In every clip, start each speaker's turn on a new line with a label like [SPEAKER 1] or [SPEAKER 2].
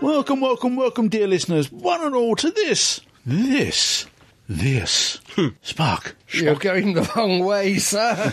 [SPEAKER 1] Welcome, welcome, welcome, dear listeners, one and all, to this, this, this.
[SPEAKER 2] Hmm.
[SPEAKER 1] Spark.
[SPEAKER 2] You're going the wrong way, sir.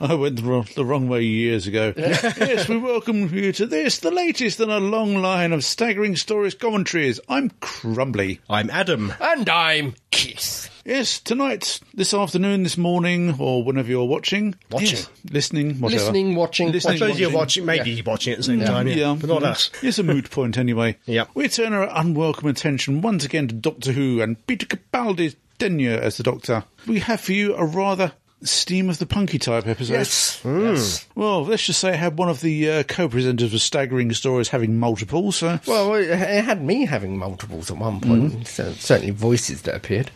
[SPEAKER 1] I went the wrong, the wrong way years ago. yes, we welcome you to this, the latest in a long line of staggering stories commentaries. I'm Crumbly.
[SPEAKER 3] I'm Adam.
[SPEAKER 2] and I'm Keith.
[SPEAKER 1] Yes, tonight, this afternoon, this morning, or whenever you're watching.
[SPEAKER 2] Watching.
[SPEAKER 1] Yes, listening, whatever.
[SPEAKER 2] Listening, watching,
[SPEAKER 1] Listening,
[SPEAKER 3] I suppose you're
[SPEAKER 1] watching.
[SPEAKER 3] watching, maybe you're watching it at the same time, yeah. But not us.
[SPEAKER 1] It's a moot point anyway.
[SPEAKER 3] Yep.
[SPEAKER 1] We turn our unwelcome attention once again to Doctor Who and Peter Capaldi's tenure as the Doctor. We have for you a rather steam of the punky type episode.
[SPEAKER 2] Yes. yes.
[SPEAKER 1] Well, let's just say I had one of the uh, co-presenters with Staggering Stories having multiple, so...
[SPEAKER 2] Well, it it had me having multiples at one point. So certainly voices that appeared.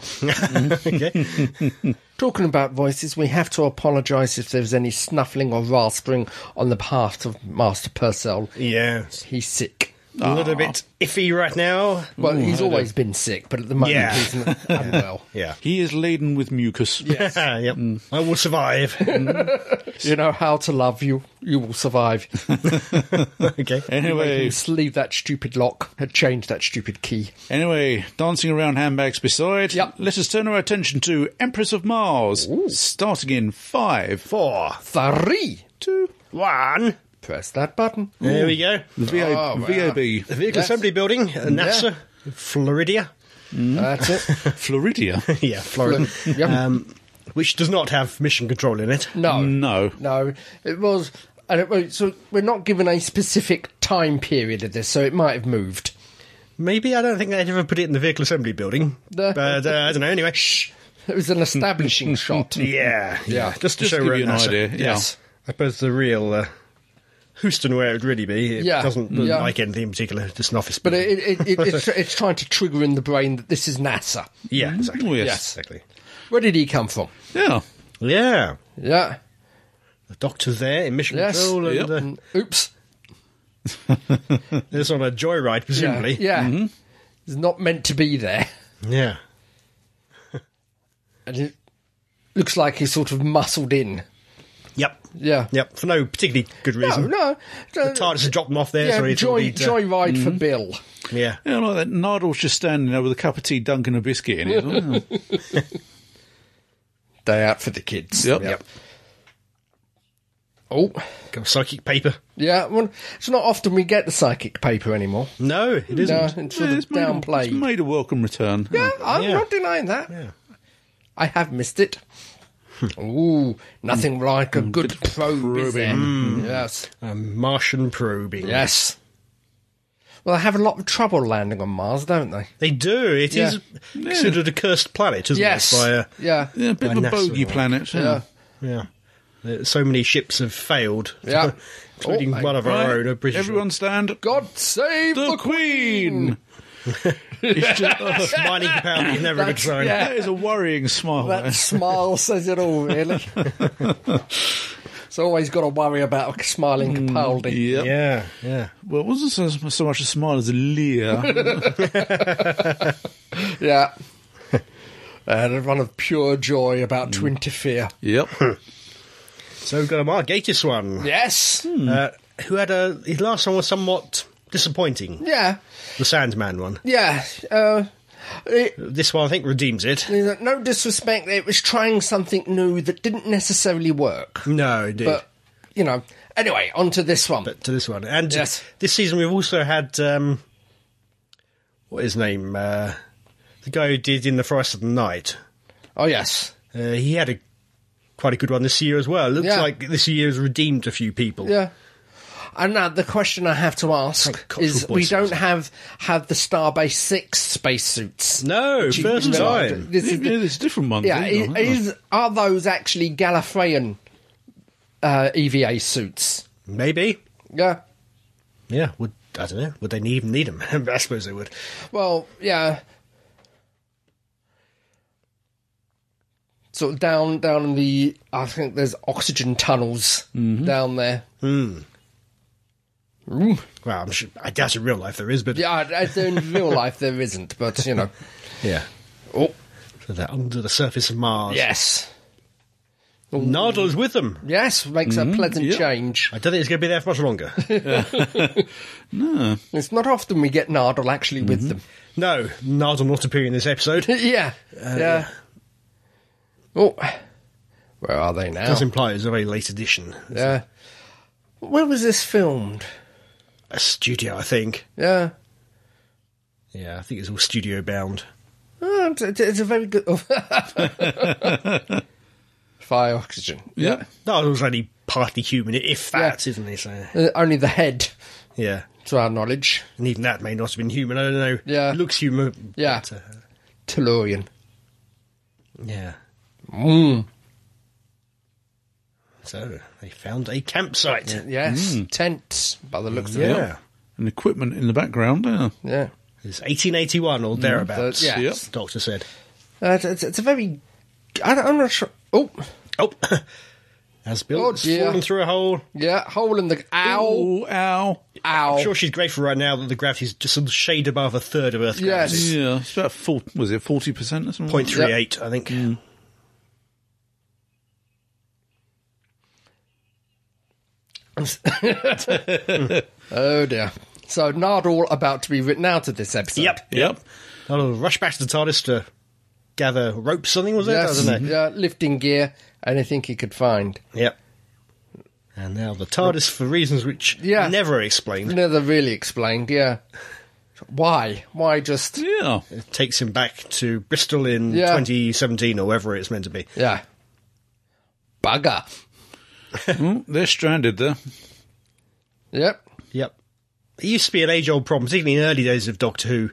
[SPEAKER 3] okay.
[SPEAKER 2] Talking about voices, we have to apologise if there was any snuffling or rasping on the part of Master Purcell.
[SPEAKER 3] Yeah.
[SPEAKER 2] He's sick.
[SPEAKER 3] A little bit iffy right now.
[SPEAKER 2] Well, he's always been sick, but at the moment
[SPEAKER 3] Yeah.
[SPEAKER 2] he's n- unwell.
[SPEAKER 3] Yeah.
[SPEAKER 1] He is laden with mucus.
[SPEAKER 2] Yes. Mm.
[SPEAKER 3] yep. I will survive.
[SPEAKER 2] You know how to love you. You will survive.
[SPEAKER 3] okay.
[SPEAKER 1] Anyway,
[SPEAKER 2] Just leave that stupid lock. Had changed that stupid key.
[SPEAKER 1] anyway, dancing around handbags beside,
[SPEAKER 2] Yep.
[SPEAKER 1] let us turn our attention to Empress of Mars, starting in five,
[SPEAKER 3] Four.
[SPEAKER 2] Three.
[SPEAKER 1] two,
[SPEAKER 3] One.
[SPEAKER 2] Press that button.
[SPEAKER 3] There we go.
[SPEAKER 1] the VA,
[SPEAKER 2] Oh, wow.
[SPEAKER 1] VAB,
[SPEAKER 3] The Vehicle
[SPEAKER 2] Yes.
[SPEAKER 3] Assembly Building, uh, NASA, Floridia. Mm.
[SPEAKER 2] That's it.
[SPEAKER 1] Floridia.
[SPEAKER 3] yeah, Florida.
[SPEAKER 2] Yep.
[SPEAKER 3] um, which does not have mission control in it.
[SPEAKER 2] No.
[SPEAKER 1] No.
[SPEAKER 2] No. It was. And it was, so we're not given a specific time period of this, so it might have moved.
[SPEAKER 3] Maybe I don't think they'd ever put it in the Vehicle Assembly Building.
[SPEAKER 2] No.
[SPEAKER 3] But uh, I don't know. Anyway.
[SPEAKER 2] It was an establishing shot.
[SPEAKER 3] Yeah,
[SPEAKER 2] Yeah.
[SPEAKER 3] Just to
[SPEAKER 1] Just
[SPEAKER 3] show
[SPEAKER 1] to give
[SPEAKER 3] we're
[SPEAKER 1] you
[SPEAKER 3] at
[SPEAKER 1] an
[SPEAKER 3] NASA.
[SPEAKER 1] idea, yeah.
[SPEAKER 3] Yes, I suppose the real uh, Houston where it would really be. It
[SPEAKER 2] Yeah,
[SPEAKER 3] doesn't look
[SPEAKER 2] yeah.
[SPEAKER 3] like anything in particular. Just an office.
[SPEAKER 2] But
[SPEAKER 3] building.
[SPEAKER 2] it, it, it, it's, it's trying to trigger in the brain that this is NASA.
[SPEAKER 3] yeah, exactly.
[SPEAKER 1] Oh, yes.
[SPEAKER 2] Yes.
[SPEAKER 3] exactly.
[SPEAKER 2] Where did he come from?
[SPEAKER 1] Yeah.
[SPEAKER 3] Yeah,
[SPEAKER 2] Yeah.
[SPEAKER 3] the doctor's there in Mission
[SPEAKER 2] Yes.
[SPEAKER 3] Control, and
[SPEAKER 1] Yep.
[SPEAKER 3] uh,
[SPEAKER 2] Oops.
[SPEAKER 3] it's on a joyride
[SPEAKER 2] Yeah.
[SPEAKER 3] presumably.
[SPEAKER 2] yeah. It's not meant to be there.
[SPEAKER 3] Yeah.
[SPEAKER 2] And it looks like he's sort of muscled in.
[SPEAKER 3] Yep.
[SPEAKER 2] Yeah.
[SPEAKER 3] Yep. For no particularly good
[SPEAKER 2] No,
[SPEAKER 3] reason.
[SPEAKER 2] no.
[SPEAKER 3] The TARDIS has dropped them off there. so
[SPEAKER 2] Yeah,
[SPEAKER 3] he thought
[SPEAKER 2] joy,
[SPEAKER 3] he'd, uh,
[SPEAKER 2] joyride for Bill.
[SPEAKER 3] Yeah.
[SPEAKER 1] Yeah, like that. Nardle's just standing there with a cup of tea, dunking a biscuit in it. Mm.
[SPEAKER 2] Day out for the kids.
[SPEAKER 1] yep.
[SPEAKER 3] Yep.
[SPEAKER 2] Oh,
[SPEAKER 3] Got Psychic paper.
[SPEAKER 2] yeah. Well, it's not often we get the psychic paper anymore.
[SPEAKER 3] No, it isn't.
[SPEAKER 2] No, it's sort
[SPEAKER 1] Yeah,
[SPEAKER 2] of
[SPEAKER 1] it's, made a, it's
[SPEAKER 2] downplayed.
[SPEAKER 1] made a welcome return.
[SPEAKER 2] Yeah, I'm
[SPEAKER 3] Yeah.
[SPEAKER 2] not denying that. I have missed it. Ooh, nothing like a good probe, is there? Yes,
[SPEAKER 3] Um, Martian probing.
[SPEAKER 2] yes. Well, they have a lot of trouble landing on Mars, don't they?
[SPEAKER 3] They do. It
[SPEAKER 2] Yeah.
[SPEAKER 3] is considered a cursed planet, isn't
[SPEAKER 2] Yes.
[SPEAKER 3] it? By, uh,
[SPEAKER 2] yeah.
[SPEAKER 1] Yeah, a bit
[SPEAKER 3] By
[SPEAKER 1] of a
[SPEAKER 3] NASA
[SPEAKER 1] bogey
[SPEAKER 3] or-
[SPEAKER 1] planet. Yeah.
[SPEAKER 2] Yeah.
[SPEAKER 3] Yeah. Uh, So many ships have failed.
[SPEAKER 2] Yeah.
[SPEAKER 3] Including
[SPEAKER 2] Oh,
[SPEAKER 3] one of
[SPEAKER 1] Right,
[SPEAKER 3] our own, a British.
[SPEAKER 1] everyone stand.
[SPEAKER 2] God save
[SPEAKER 1] The
[SPEAKER 2] the.
[SPEAKER 1] Queen! It's just- oh,
[SPEAKER 3] one. Smiling pound is never a good sign.
[SPEAKER 2] yeah.
[SPEAKER 1] that is a worrying smile. eh?
[SPEAKER 2] That smile says it all, really. so always got to worry about a smiling Capaldi.
[SPEAKER 1] Yep.
[SPEAKER 3] Yeah, yeah.
[SPEAKER 1] Well, it wasn't so, so much a smile as a leer.
[SPEAKER 2] Yeah. And a run of pure joy about to interfere.
[SPEAKER 1] yep.
[SPEAKER 3] So we've got a Margatis one,
[SPEAKER 2] Yes.
[SPEAKER 3] uh, who had a his last one was somewhat disappointing.
[SPEAKER 2] Yeah.
[SPEAKER 3] The Sandman one.
[SPEAKER 2] Yeah. Uh, it-
[SPEAKER 3] This one I think redeems it.
[SPEAKER 2] there's no disrespect, it was trying something new that didn't necessarily work.
[SPEAKER 3] No, it did.
[SPEAKER 2] But, you know, anyway, on to this one.
[SPEAKER 3] to this one, and
[SPEAKER 2] Yes.
[SPEAKER 3] this season we've also had um, what is his name? Uh, the guy who did in the Forest of the Night.
[SPEAKER 2] oh, yes.
[SPEAKER 3] Uh, he had a quite a good one this year as well. Looks
[SPEAKER 2] Yeah.
[SPEAKER 3] like this year has redeemed a few people.
[SPEAKER 2] Yeah. And now the question I have to ask
[SPEAKER 3] Like cultural
[SPEAKER 2] is we
[SPEAKER 3] voices.
[SPEAKER 2] don't have, have the Starbase 6 spacesuits.
[SPEAKER 3] No,
[SPEAKER 2] Gee,
[SPEAKER 3] first
[SPEAKER 2] no, I
[SPEAKER 3] time.
[SPEAKER 2] don't- This is
[SPEAKER 1] yeah,
[SPEAKER 2] the-
[SPEAKER 1] there's different ones.
[SPEAKER 2] Yeah,
[SPEAKER 1] isn't
[SPEAKER 2] is,
[SPEAKER 1] there?
[SPEAKER 2] is are those actually Gallifreyan uh, EVA suits?
[SPEAKER 3] Maybe.
[SPEAKER 2] Yeah.
[SPEAKER 3] Yeah. Would I don't know. Would they even need them? I suppose they would.
[SPEAKER 2] Well, yeah. Sort of down, down in the. I think there's oxygen tunnels down there. Hmm.
[SPEAKER 3] Well, I'm sure, I doubt in real life there is, but
[SPEAKER 2] Yeah, I- I- in real life there isn't, but you know.
[SPEAKER 3] yeah.
[SPEAKER 2] Oh
[SPEAKER 3] So they're under the surface of Mars.
[SPEAKER 2] yes,
[SPEAKER 3] Nardo's with them.
[SPEAKER 2] Yes, makes a pleasant
[SPEAKER 1] yeah.
[SPEAKER 2] change.
[SPEAKER 3] I don't think it's going to be there for much longer.
[SPEAKER 2] It's not often we get Nardal actually with them.
[SPEAKER 3] no, Nardle not appearing in this episode
[SPEAKER 2] yeah. Uh, yeah. Oh, where are they now?
[SPEAKER 3] does imply it's a very late edition.
[SPEAKER 2] Yeah. Where was this filmed?
[SPEAKER 3] A studio, I think.
[SPEAKER 2] Yeah.
[SPEAKER 3] Yeah, I think it's all studio bound.
[SPEAKER 2] Oh, it's, it's- it's a very good. Fire oxygen.
[SPEAKER 1] Yeah.
[SPEAKER 3] Nardle's only partly human, if that,
[SPEAKER 2] Yeah.
[SPEAKER 3] not he? So,
[SPEAKER 2] Uh, only the head,
[SPEAKER 3] yeah.
[SPEAKER 2] to our knowledge.
[SPEAKER 3] And even that may not have been human. I don't know.
[SPEAKER 2] Yeah.
[SPEAKER 3] Looks human.
[SPEAKER 2] Yeah.
[SPEAKER 3] but, uh,
[SPEAKER 2] Tellurian.
[SPEAKER 3] yeah.
[SPEAKER 2] Mm.
[SPEAKER 3] So they found a campsite.
[SPEAKER 2] Yes. Tents, by the looks of it.
[SPEAKER 3] Yeah.
[SPEAKER 1] And equipment in the background. eh? Yeah.
[SPEAKER 2] Yeah.
[SPEAKER 3] It's 1881 or thereabouts.
[SPEAKER 2] That- Mm, yeah.
[SPEAKER 1] Yep.
[SPEAKER 3] Doctor said.
[SPEAKER 2] Uh, it's- it's, it's a very. I, don't- I'm not sure. Oh,
[SPEAKER 3] Oh, has Bill
[SPEAKER 2] Oh,
[SPEAKER 3] has
[SPEAKER 2] dear.
[SPEAKER 3] fallen through a hole?
[SPEAKER 2] yeah. Hole in the. Ow.
[SPEAKER 1] Ow, ow.
[SPEAKER 2] Ow.
[SPEAKER 3] I'm sure she's grateful right now that the gravity's just a shade above a third of Earth's
[SPEAKER 2] Yes.
[SPEAKER 3] gravity.
[SPEAKER 1] Yeah, it's about four, was it forty percent or something?
[SPEAKER 3] 0.38, I think.
[SPEAKER 2] Mm. oh, dear. So, Nardal about to be written out of this episode.
[SPEAKER 3] Yep.
[SPEAKER 1] Yep.
[SPEAKER 3] I'll rush back to the TARDIS to gather ropes, something was it?
[SPEAKER 2] Yes.
[SPEAKER 3] I don't know.
[SPEAKER 2] Yeah, lifting gear, anything he could find.
[SPEAKER 3] Yep. And now the TARDIS, for reasons which
[SPEAKER 2] Yeah.
[SPEAKER 3] never explained,
[SPEAKER 2] Never really explained, yeah. Why? Why just.
[SPEAKER 1] Yeah.
[SPEAKER 3] takes him back to Bristol in
[SPEAKER 2] Yeah.
[SPEAKER 3] 2017 or wherever it's meant to be.
[SPEAKER 2] Yeah. Bugger.
[SPEAKER 1] Mm, they're stranded there.
[SPEAKER 2] Yep.
[SPEAKER 3] Yep. It used to be an age old problem, particularly in the early days of Doctor Who.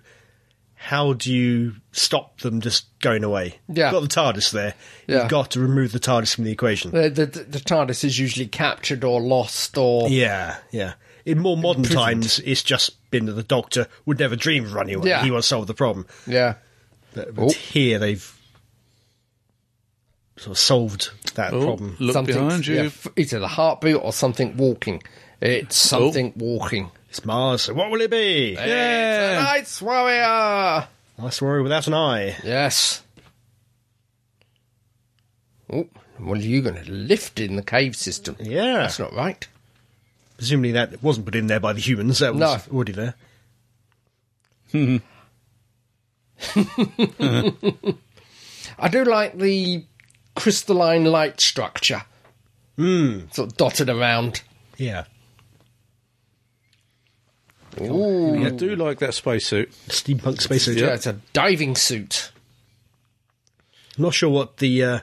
[SPEAKER 3] How do you stop them just going away?
[SPEAKER 2] Yeah.
[SPEAKER 3] You've got the TARDIS there.
[SPEAKER 2] Yeah.
[SPEAKER 3] You've got to remove the TARDIS from the equation.
[SPEAKER 2] The, the, the TARDIS is usually captured or lost or.
[SPEAKER 3] Yeah, yeah. In more modern times, it's just been that the Doctor would never dream of running away.
[SPEAKER 2] Yeah.
[SPEAKER 3] He wants to solve the problem.
[SPEAKER 2] Yeah.
[SPEAKER 3] But,
[SPEAKER 2] Oh.
[SPEAKER 3] but here they've sort of solved that
[SPEAKER 1] Oh,
[SPEAKER 3] problem.
[SPEAKER 1] look behind you.
[SPEAKER 2] yeah, f- either the heartbeat or something walking. It's
[SPEAKER 1] Oh.
[SPEAKER 2] something walking.
[SPEAKER 3] It's Mars. So what will it be?
[SPEAKER 1] Yeah.
[SPEAKER 2] It's a nice warrior.
[SPEAKER 3] Last worry without an eye.
[SPEAKER 2] Yes. Oh, well, you're going to lift in the cave system.
[SPEAKER 3] Yeah.
[SPEAKER 2] That's not right.
[SPEAKER 3] Presumably that wasn't put in there by the humans. That was
[SPEAKER 2] No.
[SPEAKER 3] already there.
[SPEAKER 2] I do like the crystalline light structure. Mm. Sort of dotted around.
[SPEAKER 3] Yeah.
[SPEAKER 2] Ooh.
[SPEAKER 1] I do like that spacesuit.
[SPEAKER 3] Steampunk spacesuit.
[SPEAKER 2] Yeah, it's a diving suit.
[SPEAKER 3] I'm not sure what the uh,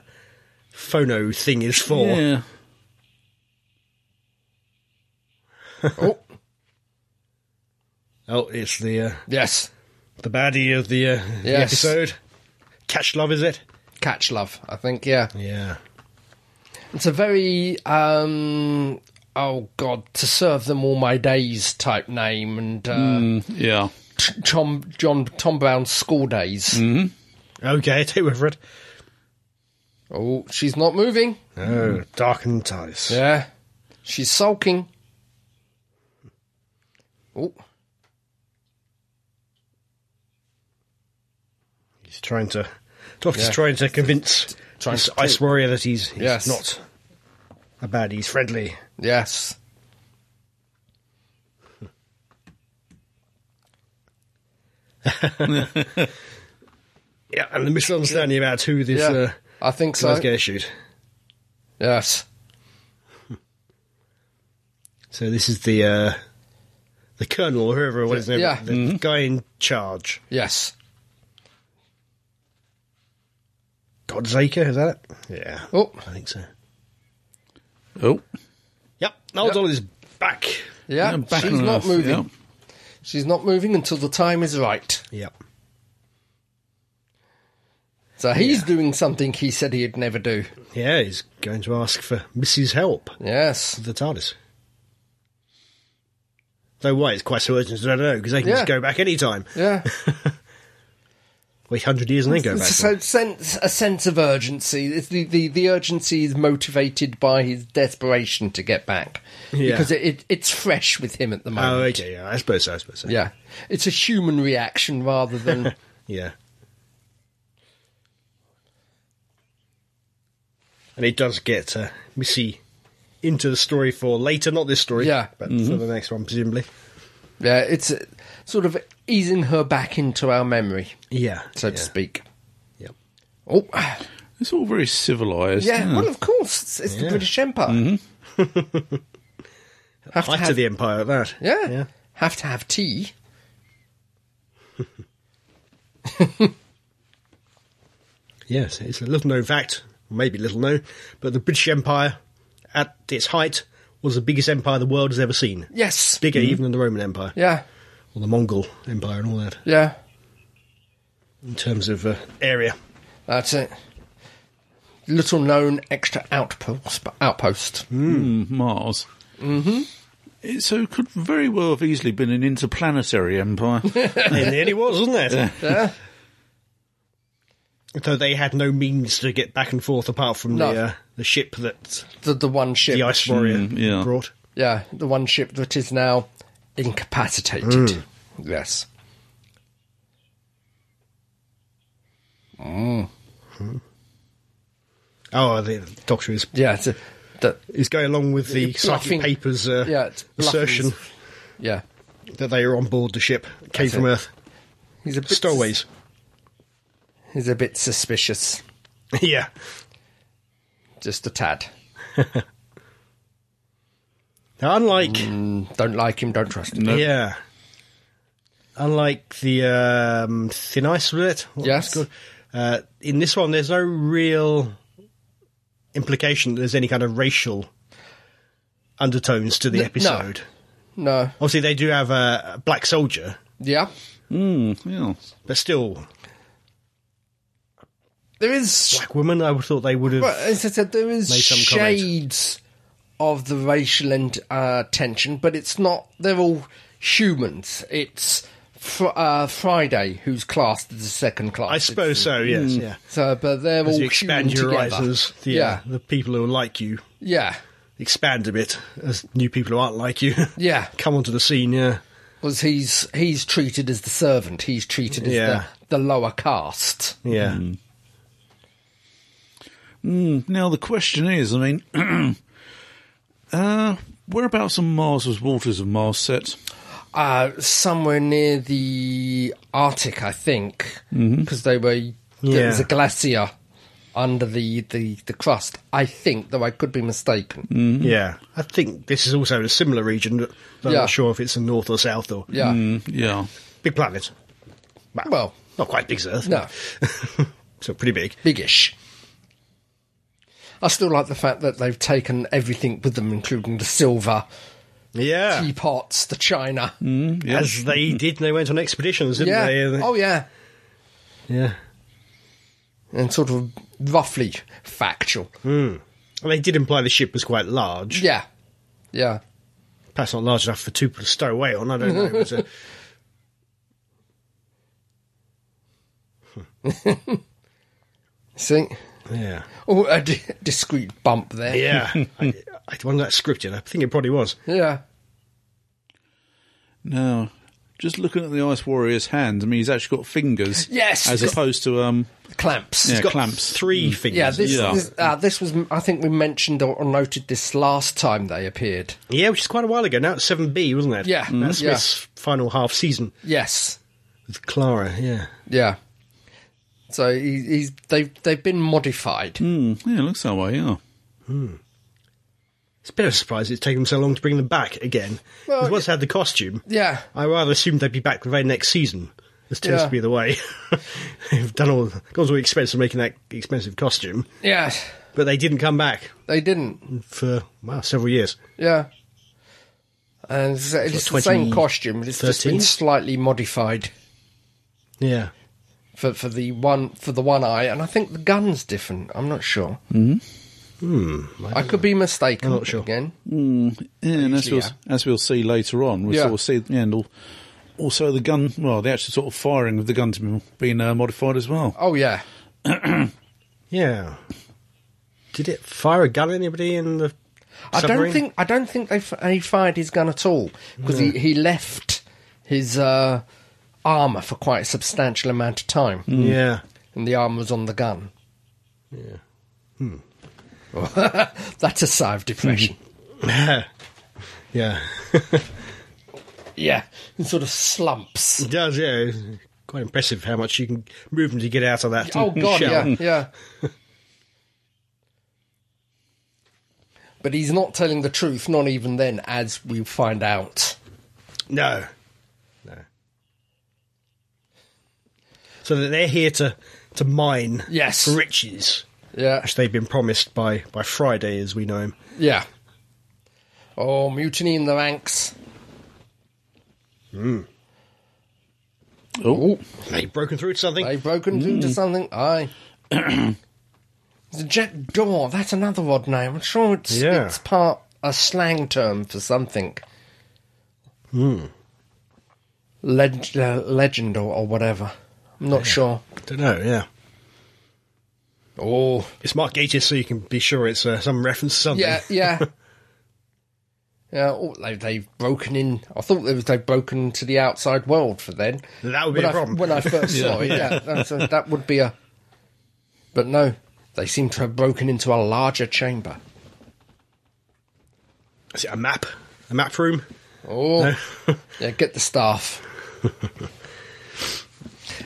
[SPEAKER 3] phono thing is for.
[SPEAKER 1] Yeah.
[SPEAKER 2] oh,
[SPEAKER 3] Oh, it's the uh,
[SPEAKER 2] yes.
[SPEAKER 3] the baddie of the, uh, the
[SPEAKER 2] Yes.
[SPEAKER 3] episode. Catch love, is it?
[SPEAKER 2] Catch love, I think, yeah.
[SPEAKER 3] Yeah.
[SPEAKER 2] It's a very, um, oh God, to serve them all my days type name and uh,
[SPEAKER 1] Yeah.
[SPEAKER 2] t- Tom, John, Tom Brown's school days.
[SPEAKER 3] Okay, I take with it.
[SPEAKER 2] Oh, she's not moving.
[SPEAKER 3] Oh, darkened ties.
[SPEAKER 2] Yeah. She's sulking. Oh,
[SPEAKER 3] He's trying to. Doctor's
[SPEAKER 2] Yeah.
[SPEAKER 3] trying to convince
[SPEAKER 2] Trying
[SPEAKER 3] this
[SPEAKER 2] to-
[SPEAKER 3] ice warrior that he's, he's
[SPEAKER 2] Yes.
[SPEAKER 3] not a baddie. He's friendly.
[SPEAKER 2] yes.
[SPEAKER 3] Yeah, and the misunderstanding about who this
[SPEAKER 2] Yeah.
[SPEAKER 3] uh,
[SPEAKER 2] I think so.
[SPEAKER 3] guy's going to shoot.
[SPEAKER 2] Yes.
[SPEAKER 3] So this is the uh, the colonel or whoever what his name
[SPEAKER 2] Yeah. Mm-hmm.
[SPEAKER 3] the guy in charge.
[SPEAKER 2] Yes.
[SPEAKER 3] Godzaker, is that it? Yeah.
[SPEAKER 2] Oh.
[SPEAKER 3] I think so.
[SPEAKER 1] Oh.
[SPEAKER 3] Yep. Naldol is back.
[SPEAKER 2] Yeah.
[SPEAKER 1] back
[SPEAKER 2] she's
[SPEAKER 1] on
[SPEAKER 2] not
[SPEAKER 1] Earth,
[SPEAKER 2] moving.
[SPEAKER 1] yeah.
[SPEAKER 2] She's not moving until the time is right.
[SPEAKER 3] Yep.
[SPEAKER 2] So he's doing something he said he'd never do.
[SPEAKER 3] Yeah, he's going to ask for Mrs. Help,
[SPEAKER 2] Yes.
[SPEAKER 3] the TARDIS. Though why it's quite so urgent, I don't know, because they can
[SPEAKER 2] Yeah.
[SPEAKER 3] just go back any time.
[SPEAKER 2] Yeah.
[SPEAKER 3] Wait 100 years and then go back.
[SPEAKER 2] So sense a sense of urgency. It's the, the, the urgency is motivated by his desperation to get back
[SPEAKER 3] Yeah.
[SPEAKER 2] because it, it it's fresh with him at the moment.
[SPEAKER 3] oh, okay, yeah, I suppose so, I suppose so.
[SPEAKER 2] Yeah, it's a human reaction rather than
[SPEAKER 3] Yeah. and it does get uh, Missy into the story for later, not this story,
[SPEAKER 2] Yeah. Mm-hmm.
[SPEAKER 3] but for the next one, presumably.
[SPEAKER 2] Yeah, it's uh, sort of easing her back into our memory,
[SPEAKER 3] Yeah,
[SPEAKER 2] so
[SPEAKER 3] yeah.
[SPEAKER 2] to speak.
[SPEAKER 3] Yep.
[SPEAKER 2] Oh,
[SPEAKER 1] It's all very civilized.
[SPEAKER 2] yeah.
[SPEAKER 1] isn't
[SPEAKER 2] Well,
[SPEAKER 1] it?
[SPEAKER 2] of course, it's, it's the
[SPEAKER 3] Hmm. Yeah.
[SPEAKER 2] British Empire. have to
[SPEAKER 3] Eye to
[SPEAKER 2] have,
[SPEAKER 3] the Empire at that.
[SPEAKER 2] yeah,
[SPEAKER 3] yeah.
[SPEAKER 2] have to have tea.
[SPEAKER 3] Yes, it's a little known fact, maybe little known, but the British Empire, at its height, was the biggest empire the world has ever seen.
[SPEAKER 2] Yes.
[SPEAKER 3] Bigger even than the Roman Empire,
[SPEAKER 2] Mm-hmm. Yeah.
[SPEAKER 3] or the Mongol Empire, and all that,
[SPEAKER 2] Yeah.
[SPEAKER 3] in terms of uh, area.
[SPEAKER 2] That's it. Little known extra outpost. Outpost.
[SPEAKER 3] Hmm.
[SPEAKER 1] Mm, Mars. Mm-hmm. So could very well have easily been an interplanetary empire.
[SPEAKER 3] and it nearly was, wasn't it?
[SPEAKER 2] Yeah.
[SPEAKER 3] Though they had no means to get back and forth apart from
[SPEAKER 2] No.
[SPEAKER 3] the uh, the ship that
[SPEAKER 2] The, the one ship.
[SPEAKER 3] the Ice Warrior
[SPEAKER 1] Mm, yeah.
[SPEAKER 3] brought.
[SPEAKER 2] Yeah, the one ship that is now incapacitated.
[SPEAKER 3] Hmm.
[SPEAKER 2] Yes.
[SPEAKER 3] Oh, the Doctor is
[SPEAKER 2] Yeah. It's a, the,
[SPEAKER 3] is going along with the
[SPEAKER 2] Bluffing.
[SPEAKER 3] psychic papers uh,
[SPEAKER 2] yeah. It's
[SPEAKER 3] assertion
[SPEAKER 2] bluffing. Yeah.
[SPEAKER 3] that they are on board the ship, came
[SPEAKER 2] That's
[SPEAKER 3] from
[SPEAKER 2] it.
[SPEAKER 3] Earth,
[SPEAKER 2] He's a bit
[SPEAKER 3] stowaways.
[SPEAKER 2] He's a bit suspicious,
[SPEAKER 3] yeah,
[SPEAKER 2] just a tad.
[SPEAKER 3] now, unlike
[SPEAKER 2] Don't like him. Don't trust him.
[SPEAKER 1] Mm, No.
[SPEAKER 3] yeah, unlike the um, thin ice was it? What
[SPEAKER 2] Yes.
[SPEAKER 3] it's called? Uh, in this one, there's no real implication that there's any kind of racial undertones to the
[SPEAKER 2] N- no.
[SPEAKER 3] episode.
[SPEAKER 2] No.
[SPEAKER 3] Obviously, they do have a black soldier,
[SPEAKER 2] Yeah.
[SPEAKER 1] Mm, yeah.
[SPEAKER 3] but still,
[SPEAKER 2] There is.
[SPEAKER 3] black woman. I would thought they would have.
[SPEAKER 2] Well, as I said, there is
[SPEAKER 3] Made some comment.
[SPEAKER 2] shades of the racial and, uh, tension, but it's not. They're all humans. It's fr- uh, Friday who's classed as a second class.
[SPEAKER 3] I suppose so. Yes, yeah.
[SPEAKER 2] So, but they're Hmm. all
[SPEAKER 3] As you
[SPEAKER 2] human
[SPEAKER 3] expand your
[SPEAKER 2] together.
[SPEAKER 3] horizons, the, uh,
[SPEAKER 2] yeah,
[SPEAKER 3] the people who are like you
[SPEAKER 2] yeah,
[SPEAKER 3] expand a bit as new people who aren't like you
[SPEAKER 2] yeah.
[SPEAKER 3] come onto the scene. Yeah,
[SPEAKER 2] Was he's he's treated as the servant. He's treated as
[SPEAKER 3] Yeah.
[SPEAKER 2] the, the lower caste.
[SPEAKER 3] yeah.
[SPEAKER 2] Hmm.
[SPEAKER 1] Mm, now the question is, I mean, uh, whereabouts on Mars was Waters of Mars set?
[SPEAKER 2] Uh, somewhere near the Arctic, I think, because they were there
[SPEAKER 3] Mm-hmm. Yeah.
[SPEAKER 2] was a glacier under the, the, the crust. I think, though I could be mistaken.
[SPEAKER 3] Yeah, I think this is also in a similar region, but I'm
[SPEAKER 2] Yeah.
[SPEAKER 3] not sure if it's the north or south or
[SPEAKER 2] Yeah.
[SPEAKER 1] Mm, yeah.
[SPEAKER 3] big planet.
[SPEAKER 2] Well,
[SPEAKER 3] Not quite big as Earth.
[SPEAKER 2] no,
[SPEAKER 3] so pretty big.
[SPEAKER 2] biggish. I still like the fact that they've taken everything with them, including the silver
[SPEAKER 3] Yeah,
[SPEAKER 2] teapots, the china.
[SPEAKER 1] yeah.
[SPEAKER 3] as they did. They went on expeditions, didn't
[SPEAKER 2] Yeah.
[SPEAKER 3] they? Uh,
[SPEAKER 2] Oh yeah.
[SPEAKER 3] yeah.
[SPEAKER 2] And sort of roughly factual.
[SPEAKER 3] Mm-hmm. Hmm. And they did imply the ship was quite large.
[SPEAKER 2] Yeah. Yeah.
[SPEAKER 3] Perhaps not large enough for two to stow away on. I don't know. but, uh,
[SPEAKER 2] See?
[SPEAKER 3] yeah.
[SPEAKER 2] Oh, a d- discreet bump there.
[SPEAKER 3] Yeah, I, I wonder if that's scripted. I think it probably was.
[SPEAKER 2] Yeah.
[SPEAKER 1] Now, just looking at the Ice Warrior's hand, I mean, he's actually got fingers.
[SPEAKER 2] Yes,
[SPEAKER 1] As
[SPEAKER 2] it's-
[SPEAKER 1] opposed to, um,
[SPEAKER 2] Clamps.
[SPEAKER 1] yeah,
[SPEAKER 3] It's got
[SPEAKER 1] clamps.
[SPEAKER 3] three fingers.
[SPEAKER 2] Mm. Yeah, this
[SPEAKER 1] Yeah.
[SPEAKER 2] This, uh, this was. I think we mentioned or, or noted this last time they appeared.
[SPEAKER 3] Yeah, which is quite a while ago. Now it's seven B, wasn't it?
[SPEAKER 2] Yeah, Mm.
[SPEAKER 3] that's
[SPEAKER 2] yeah.
[SPEAKER 3] Smith's final half season
[SPEAKER 2] Yes.
[SPEAKER 3] with Clara. Yeah,
[SPEAKER 2] Yeah. So he, he's they've they've been modified.
[SPEAKER 1] Mm, yeah, looks that way, yeah.
[SPEAKER 3] it's a bit of a surprise it's taken them so long to bring them back again.
[SPEAKER 2] Well,
[SPEAKER 3] Well, once they had the costume,
[SPEAKER 2] Yeah.
[SPEAKER 3] I rather assumed they'd be back the very next season. This tends
[SPEAKER 2] Yeah.
[SPEAKER 3] to be the way. They've done all gone to all the expense of making that expensive costume,
[SPEAKER 2] Yeah.
[SPEAKER 3] but they didn't come back
[SPEAKER 2] They didn't.
[SPEAKER 3] for wow several years.
[SPEAKER 2] Yeah. And it's, it's the
[SPEAKER 3] what,
[SPEAKER 2] same
[SPEAKER 3] 2013?
[SPEAKER 2] costume, but it's just been slightly modified
[SPEAKER 3] Yeah,
[SPEAKER 2] for, for the one for the one eye, and I think the gun's different. I'm not sure. I, could be mistaken.
[SPEAKER 3] Mm-hmm. I'm not sure.
[SPEAKER 2] Again.
[SPEAKER 1] Yeah, and as
[SPEAKER 2] Usually,
[SPEAKER 1] we'll, as we'll see later on, we
[SPEAKER 2] Yeah.
[SPEAKER 1] sort of see the end. al- Also, the gun, well, the actual sort of firing of the gun's been, been uh, modified as well.
[SPEAKER 2] Oh yeah.
[SPEAKER 3] yeah. Did it fire a gun at anybody in the?
[SPEAKER 2] I don't
[SPEAKER 3] submarine?
[SPEAKER 2] think I don't think they f- he fired his gun at all because he, he left his uh, armor for quite a substantial amount
[SPEAKER 3] Mm.
[SPEAKER 2] of time,
[SPEAKER 3] Yeah.
[SPEAKER 2] and the armor was on the gun. Hmm. That's a sigh of depression.
[SPEAKER 3] yeah,
[SPEAKER 2] Yeah, it sort of slumps.
[SPEAKER 3] it does. Yeah, It's quite impressive how much you can move them to get out of that.
[SPEAKER 2] Oh God,
[SPEAKER 3] shell.
[SPEAKER 2] yeah, yeah. but he's not telling the truth, not even then, as we find out.
[SPEAKER 3] No, no. So that they're here to to mine
[SPEAKER 2] Yes.
[SPEAKER 3] for riches,
[SPEAKER 2] Yeah,
[SPEAKER 3] which they've been promised by by Friday, as we know him.
[SPEAKER 2] yeah. Oh, mutiny in the ranks.
[SPEAKER 1] Oh,
[SPEAKER 3] They've broken through to something.
[SPEAKER 2] They've broken into something. Aye. the Jack Door. That's another odd name. I'm sure it's
[SPEAKER 3] Yeah.
[SPEAKER 2] it's part a slang term for something. Hmm. Leg- uh, legend or, or whatever. I'm not sure.
[SPEAKER 3] Don't know. Yeah,
[SPEAKER 2] Oh.
[SPEAKER 3] it's Mark Gatiss, so you can be sure it's uh, some reference to something.
[SPEAKER 2] Yeah, yeah. Yeah, oh, they, they've broken in. I thought they was they've broken to the outside world for then.
[SPEAKER 3] That would be
[SPEAKER 2] when
[SPEAKER 3] a
[SPEAKER 2] I-
[SPEAKER 3] problem.
[SPEAKER 2] when I first saw it. Yeah, that's a- that would be a. But no, they seem to have broken into a larger chamber.
[SPEAKER 3] Is it a map? A map room?
[SPEAKER 2] Oh, yeah, get the staff.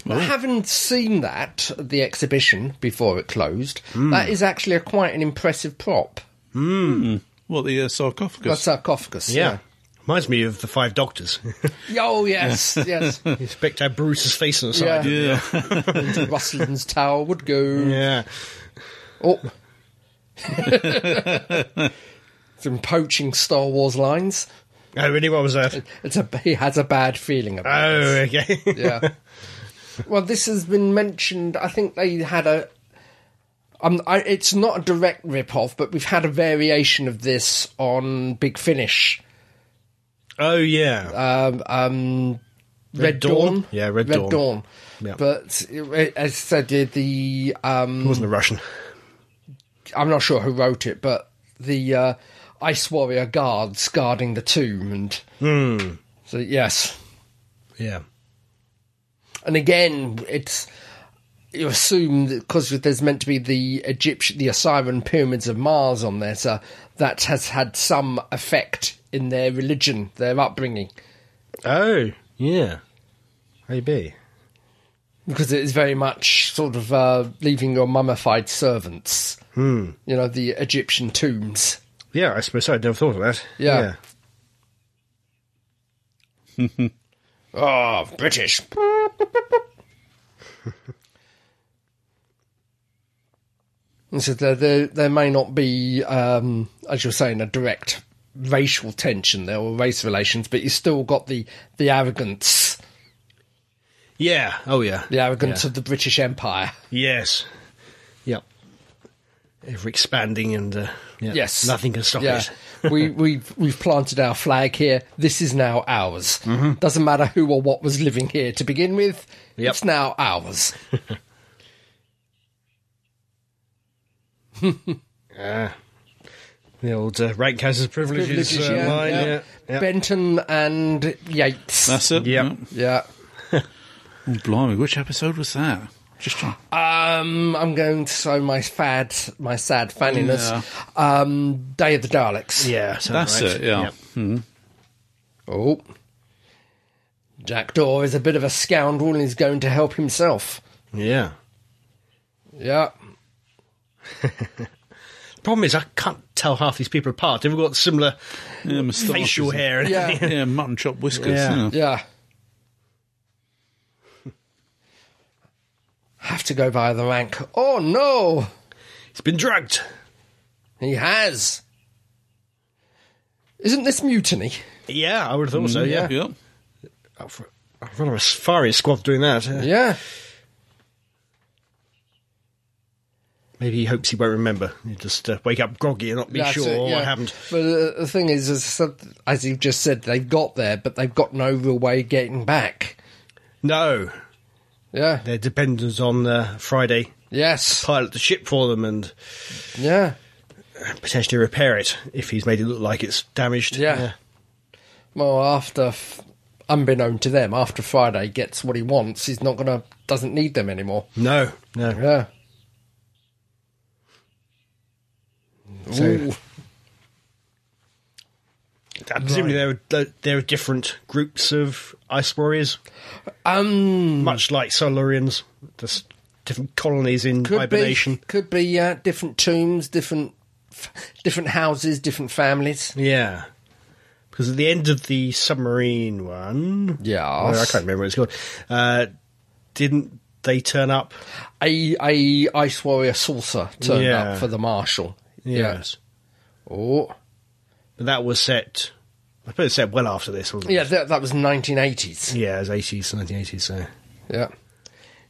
[SPEAKER 2] Now, having seen that at the exhibition before it closed,
[SPEAKER 3] Hmm.
[SPEAKER 2] that is actually a, quite an impressive prop.
[SPEAKER 1] what the uh,
[SPEAKER 2] The
[SPEAKER 1] sarcophagus?
[SPEAKER 2] sarcophagus.
[SPEAKER 3] Yeah. Reminds me of the Five Doctors.
[SPEAKER 2] yeah. Oh yes, yes.
[SPEAKER 3] Inspect how Bruce's face on the
[SPEAKER 2] Yeah.
[SPEAKER 3] side.
[SPEAKER 1] yeah,
[SPEAKER 2] into Ruslan's tower would go.
[SPEAKER 3] Yeah.
[SPEAKER 2] Oh. Some poaching Star Wars lines.
[SPEAKER 3] Oh, really? What was that?
[SPEAKER 2] It's a, he has a bad feeling about
[SPEAKER 3] Oh,
[SPEAKER 2] this.
[SPEAKER 3] okay.
[SPEAKER 2] Yeah. well, this has been mentioned. I think they had a. Um, I, it's not a direct rip-off, but we've had a variation of this on Big Finish.
[SPEAKER 3] oh, yeah.
[SPEAKER 2] um, um, Red,
[SPEAKER 3] Dawn?
[SPEAKER 2] Dawn.
[SPEAKER 3] Yeah, Red Dawn. Yeah.
[SPEAKER 2] But it, as I said, the- the
[SPEAKER 3] it
[SPEAKER 2] um,
[SPEAKER 3] wasn't a Russian.
[SPEAKER 2] I'm not sure who wrote it, but the uh, Ice Warrior guards guarding the tomb, and so yes,
[SPEAKER 3] Yeah.
[SPEAKER 2] and again it's. You assume that because there's meant to be the Egyptian, the Assyrian pyramids of Mars on there, so that has had some effect in their religion, their upbringing.
[SPEAKER 3] Oh, yeah. Maybe.
[SPEAKER 2] because it is very much sort of uh, leaving your mummified servants. Hmm. You know the Egyptian tombs.
[SPEAKER 3] Yeah, I suppose so. I'd never thought of that.
[SPEAKER 2] Yeah. Oh, British. And so there, there, there may not be, um, as you're saying, a direct racial tension there or race relations, but you still got the the arrogance,
[SPEAKER 3] Yeah. Oh, yeah.
[SPEAKER 2] the arrogance
[SPEAKER 3] Yeah.
[SPEAKER 2] of the British Empire.
[SPEAKER 3] Yes. Yep. Ever expanding and, uh, yeah,
[SPEAKER 2] Yes,
[SPEAKER 3] Nothing can stop
[SPEAKER 2] yeah.
[SPEAKER 3] it.
[SPEAKER 2] we we've we've planted our flag here. This is now ours. Doesn't matter who or what was living here to begin with.
[SPEAKER 3] Mm-hmm. Yep.
[SPEAKER 2] It's now ours.
[SPEAKER 3] Ah. the old uh, rank has his privileges,
[SPEAKER 2] Privileges,
[SPEAKER 3] uh,
[SPEAKER 2] yeah,
[SPEAKER 3] line.
[SPEAKER 2] yeah.
[SPEAKER 3] Yeah. yeah.
[SPEAKER 2] Benton and Yates.
[SPEAKER 1] that's it.
[SPEAKER 3] Yep.
[SPEAKER 2] yeah.
[SPEAKER 1] Oh, blimey, which episode was that? Just trying.
[SPEAKER 2] Um, I'm going to show my fad, my sad fanniness. Um, Day of the Daleks.
[SPEAKER 3] Yeah, sounds
[SPEAKER 1] That's
[SPEAKER 3] right.
[SPEAKER 1] it. Yeah.
[SPEAKER 3] Yep.
[SPEAKER 2] Oh. Jack Dor is a bit of a scoundrel and he's going to help himself.
[SPEAKER 3] Yeah.
[SPEAKER 2] Yeah.
[SPEAKER 3] Problem is, I can't tell half these people apart. They've all got similar
[SPEAKER 1] yeah moustaches.
[SPEAKER 3] facial hair. And
[SPEAKER 2] Yeah.
[SPEAKER 3] everything.
[SPEAKER 1] Yeah, mutton chop whiskers.
[SPEAKER 3] Yeah.
[SPEAKER 1] Yeah.
[SPEAKER 2] Yeah. Have to go by the rank. Oh no!
[SPEAKER 3] It's been drugged.
[SPEAKER 2] He has! Isn't this mutiny?
[SPEAKER 3] Yeah, I would have thought so. Mm, Yeah,
[SPEAKER 1] Yep.
[SPEAKER 3] I've I've run a safari squad doing that. Uh,
[SPEAKER 2] Yeah.
[SPEAKER 3] Maybe he hopes he won't remember. He just uh, wake up groggy and not be
[SPEAKER 2] That's
[SPEAKER 3] sure
[SPEAKER 2] it, yeah.
[SPEAKER 3] what happened.
[SPEAKER 2] But uh, the thing is, as, I said- as you've just said, they've got there, but they've got no real way of getting back.
[SPEAKER 3] No,
[SPEAKER 2] Yeah.
[SPEAKER 3] they're dependent on uh, Friday
[SPEAKER 2] Yes.
[SPEAKER 3] pilot the ship for them and
[SPEAKER 2] Yeah.
[SPEAKER 3] potentially repair it if he's made it look like it's damaged.
[SPEAKER 2] Yeah. Well, after, f- unbeknown to them, after Friday gets what he wants, he's not gonna, doesn't need them anymore.
[SPEAKER 3] No, no.
[SPEAKER 2] Yeah.
[SPEAKER 3] So I presume there are there are different groups of ice warriors,
[SPEAKER 2] Um,
[SPEAKER 3] much like Silurians. There's different colonies in
[SPEAKER 2] could
[SPEAKER 3] hibernation.
[SPEAKER 2] be could be uh, different tombs, different f- different houses, different families.
[SPEAKER 3] Yeah. Because at the end of the submarine one,
[SPEAKER 2] Yeah,
[SPEAKER 3] Well, I can't remember what it's called. Uh, didn't they turn up?
[SPEAKER 2] a a ice warrior saucer turned
[SPEAKER 3] Yeah.
[SPEAKER 2] up for the marshal.
[SPEAKER 3] Yes.
[SPEAKER 2] Yeah. Oh,
[SPEAKER 3] But that was set. I suppose it's set well after this, wasn't
[SPEAKER 2] yeah.
[SPEAKER 3] it?
[SPEAKER 2] That that was nineteen eighties.
[SPEAKER 3] Yeah, it was eighties, nineteen eighties. So.
[SPEAKER 2] Yeah,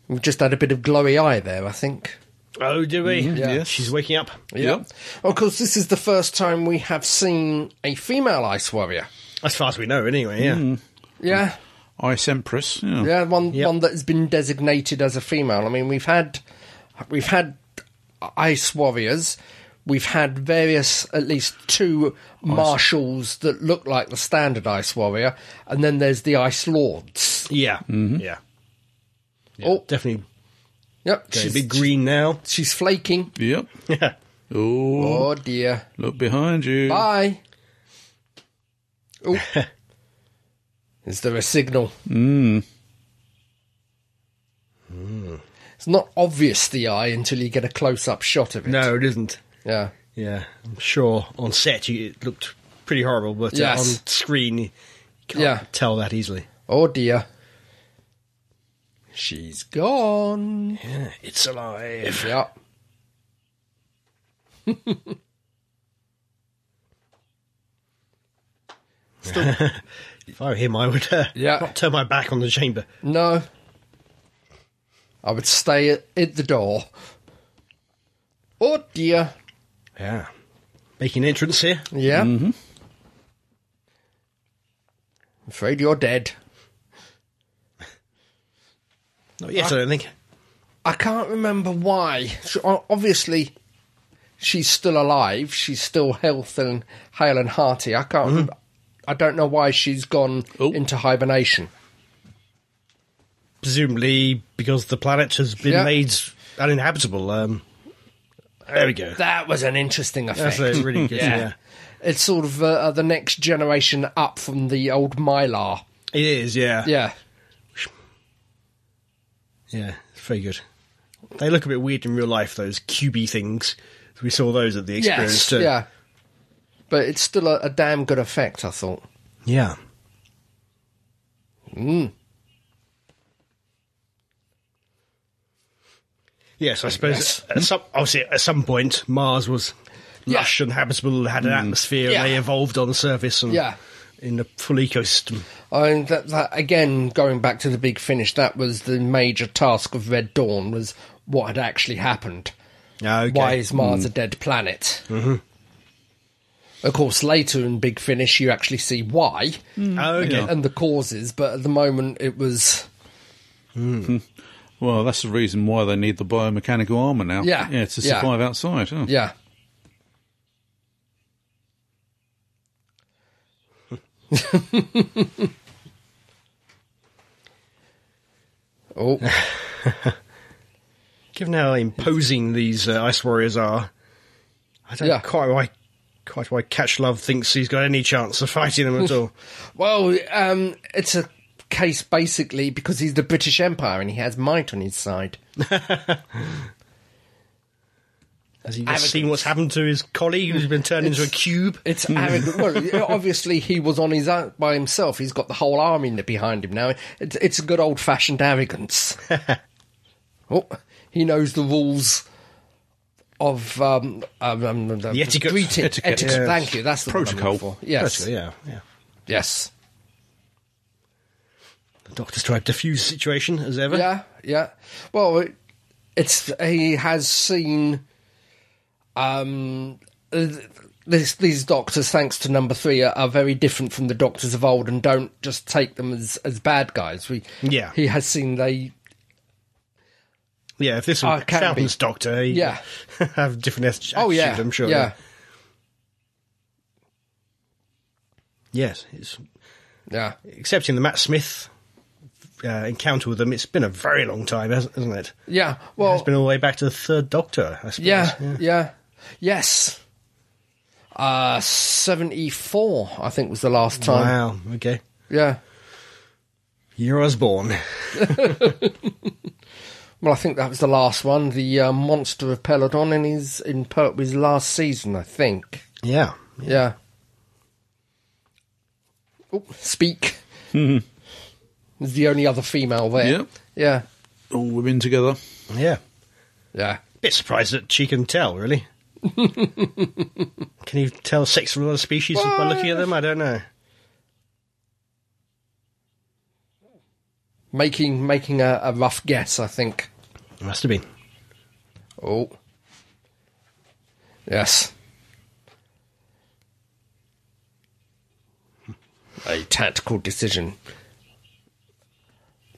[SPEAKER 2] we just had a bit of glowy eye there. I think.
[SPEAKER 3] Oh, do we?
[SPEAKER 2] Yeah. yes.
[SPEAKER 3] She's waking up.
[SPEAKER 1] Yeah.
[SPEAKER 2] Of course, this is the first time we have seen a female ice warrior.
[SPEAKER 3] As far as we know, anyway. Yeah.
[SPEAKER 2] Yeah.
[SPEAKER 1] Ice Empress. Yeah.
[SPEAKER 2] Yeah, one
[SPEAKER 3] Yep.
[SPEAKER 2] one that has been designated as a female. I mean, we've had we've had ice warriors. We've had various, at least two marshals that look like the standard ice warrior, and then there's the ice lords.
[SPEAKER 3] Yeah. Yeah. Yeah.
[SPEAKER 2] Oh.
[SPEAKER 3] definitely.
[SPEAKER 2] Yep,
[SPEAKER 3] She's
[SPEAKER 2] she's
[SPEAKER 3] a bit green now.
[SPEAKER 2] she's flaking.
[SPEAKER 1] Yep.
[SPEAKER 3] Yeah.
[SPEAKER 1] Oh,
[SPEAKER 2] Oh dear!
[SPEAKER 1] look behind you.
[SPEAKER 2] Bye. Oh, is there a signal?
[SPEAKER 3] Hmm.
[SPEAKER 2] Hmm. It's not obvious the eye until you get a close-up shot of it.
[SPEAKER 3] No, it isn't.
[SPEAKER 2] Yeah.
[SPEAKER 3] Yeah, I'm sure on set you, it looked pretty horrible, but uh,
[SPEAKER 2] Yes.
[SPEAKER 3] on screen you can't
[SPEAKER 2] Yeah.
[SPEAKER 3] tell that easily.
[SPEAKER 2] Oh dear. She's gone.
[SPEAKER 3] Yeah, it's alive.
[SPEAKER 2] Yeah.
[SPEAKER 3] If I were him, I would uh,
[SPEAKER 2] Yeah.
[SPEAKER 3] not turn my back on the chamber.
[SPEAKER 2] No. I would stay at, at the door. Oh dear.
[SPEAKER 3] Yeah. Making an entrance here.
[SPEAKER 2] Yeah.
[SPEAKER 3] Mm-hmm.
[SPEAKER 2] Afraid you're dead.
[SPEAKER 3] Not yet, I don't think.
[SPEAKER 2] I can't remember why. She- o- Obviously, she's still alive. She's still health and hale and hearty. I can't.
[SPEAKER 3] Mm-hmm.
[SPEAKER 2] remember I don't know why she's gone
[SPEAKER 1] Oh.
[SPEAKER 2] into hibernation.
[SPEAKER 3] Presumably because the planet has been
[SPEAKER 2] Yeah.
[SPEAKER 3] made uninhabitable. Um, there we go.
[SPEAKER 2] That was an interesting effect.
[SPEAKER 3] That's a really good. yeah.
[SPEAKER 2] It's sort of uh, uh, the next generation up from the old Mylar.
[SPEAKER 3] it is. Yeah,
[SPEAKER 2] Yeah.
[SPEAKER 3] yeah. It's very good. They look a bit weird in real life. Those cubey things. We saw those at the experience
[SPEAKER 2] Yes.
[SPEAKER 3] too.
[SPEAKER 2] Yeah. But it's still a, a damn good effect, I thought.
[SPEAKER 3] yeah.
[SPEAKER 2] Mm.
[SPEAKER 3] Yes, I suppose.
[SPEAKER 2] Yes. Mm.
[SPEAKER 3] At some, obviously, at some point, Mars was
[SPEAKER 2] Yeah. Mm.
[SPEAKER 3] lush and habitable, had an atmosphere.
[SPEAKER 2] Yeah.
[SPEAKER 3] They evolved on the surface and
[SPEAKER 2] Yeah.
[SPEAKER 3] in a full ecosystem.
[SPEAKER 2] I mean, that, that again, going back to the big finish, that was the major task of Red Dawn was what had actually happened.
[SPEAKER 3] Okay.
[SPEAKER 2] Why is Mars a dead planet? Mm-hmm. Of course, later in Big Finish, you actually see why
[SPEAKER 3] okay.
[SPEAKER 2] and the causes, but at the moment, it was
[SPEAKER 1] Well, that's the reason why they need the biomechanical armour now.
[SPEAKER 2] Yeah.
[SPEAKER 1] Yeah, to
[SPEAKER 2] Yeah.
[SPEAKER 1] survive outside. huh?
[SPEAKER 2] Yeah. oh,
[SPEAKER 3] Given how imposing these uh, ice warriors are, I don't
[SPEAKER 2] Yeah.
[SPEAKER 3] quite why quite why Catch Love thinks he's got any chance of fighting them at all.
[SPEAKER 2] well, um, it's a case basically because he's the British Empire and he has might on his side.
[SPEAKER 3] Has he just seen what's happened to his colleague who's been turned into a cube?
[SPEAKER 2] It's arrogant. Well, obviously he was on his own by himself. He's got the whole army n- behind him now. It's it's a good old fashioned arrogance. oh, he knows the rules of um, um, um, the,
[SPEAKER 3] etiquette.
[SPEAKER 2] greeting-
[SPEAKER 1] Etiquette.
[SPEAKER 2] etiquette,
[SPEAKER 1] Yes.
[SPEAKER 2] Thank you. That's the word I'm
[SPEAKER 1] Protocol.
[SPEAKER 2] looking for. Yes.
[SPEAKER 3] Actually, yeah, yeah.
[SPEAKER 2] Yes.
[SPEAKER 3] The doctor's tried to defuse the situation as ever.
[SPEAKER 2] Yeah. Yeah. Well, it, it's he has seen um, uh, this, these doctors, thanks to number three, are, are very different from the doctors of old and don't just take them as, as bad guys. We,
[SPEAKER 3] Yeah.
[SPEAKER 2] He has seen they.
[SPEAKER 3] Yeah, if this
[SPEAKER 2] Oh,
[SPEAKER 3] was
[SPEAKER 2] it can be.
[SPEAKER 3] Fountain's doctor, he'd
[SPEAKER 2] Yeah.
[SPEAKER 3] have different attitude,
[SPEAKER 2] Oh, yeah.
[SPEAKER 3] I'm sure.
[SPEAKER 2] Yeah.
[SPEAKER 3] Yes, it's,
[SPEAKER 2] Yeah.
[SPEAKER 3] excepting the Matt Smith uh, encounter with them, it's been a very long time, hasn't, hasn't it?
[SPEAKER 2] Yeah. Well,
[SPEAKER 3] It's been all the way back to the third doctor, I suppose.
[SPEAKER 2] yeah, yeah. Yes. Uh, 74, I think, was the last time.
[SPEAKER 3] Wow. Okay.
[SPEAKER 2] Yeah.
[SPEAKER 3] Year I was born.
[SPEAKER 2] Well, I think that was the last one. The uh, Monster of Peladon in his in Pertwee's last season, I think.
[SPEAKER 3] Yeah.
[SPEAKER 2] Yeah. Oh, speak. Is the only other female there.
[SPEAKER 1] Yep.
[SPEAKER 2] Hmm. Yeah.
[SPEAKER 1] All women together.
[SPEAKER 3] Yeah.
[SPEAKER 2] Yeah.
[SPEAKER 3] Bit surprised that she can tell, really. can you tell sex from other species by looking at them? I don't know.
[SPEAKER 2] Making making a, a rough guess, I think.
[SPEAKER 3] It must have been.
[SPEAKER 2] Oh. Yes. A tactical decision.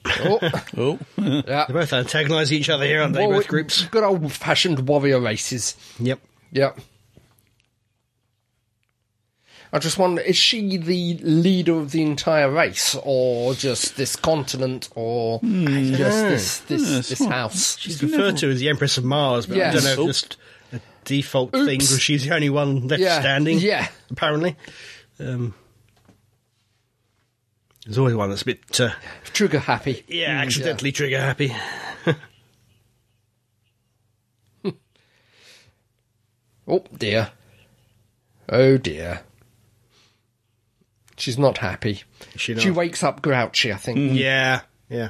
[SPEAKER 2] Oh,
[SPEAKER 1] Oh,
[SPEAKER 2] yeah.
[SPEAKER 3] They both antagonise each other here, aren't they?
[SPEAKER 2] Warrior-
[SPEAKER 3] both groups.
[SPEAKER 2] Good old fashioned warrior races.
[SPEAKER 3] Yep.
[SPEAKER 2] Yep. I just wonder is she the leader of the entire race, or just this continent, or
[SPEAKER 3] Hmm.
[SPEAKER 2] just
[SPEAKER 3] know.
[SPEAKER 2] this this,
[SPEAKER 1] Yes,
[SPEAKER 2] this
[SPEAKER 1] well,
[SPEAKER 2] house?
[SPEAKER 3] She's referred to as the Empress of Mars, but I
[SPEAKER 2] Yes.
[SPEAKER 3] don't know if
[SPEAKER 1] Oh.
[SPEAKER 3] just a default thing
[SPEAKER 2] Oops.
[SPEAKER 3] because she's the only one left
[SPEAKER 2] Yeah.
[SPEAKER 3] standing.
[SPEAKER 2] Yeah.
[SPEAKER 3] Apparently. Um, there's always one that's a bit, uh,
[SPEAKER 2] Trigger happy.
[SPEAKER 3] yeah, accidentally trigger happy.
[SPEAKER 2] Oh dear. Oh dear. She's not happy.
[SPEAKER 3] She
[SPEAKER 2] She
[SPEAKER 3] not?
[SPEAKER 2] wakes up grouchy, I think.
[SPEAKER 3] Hmm. Yeah. Yeah.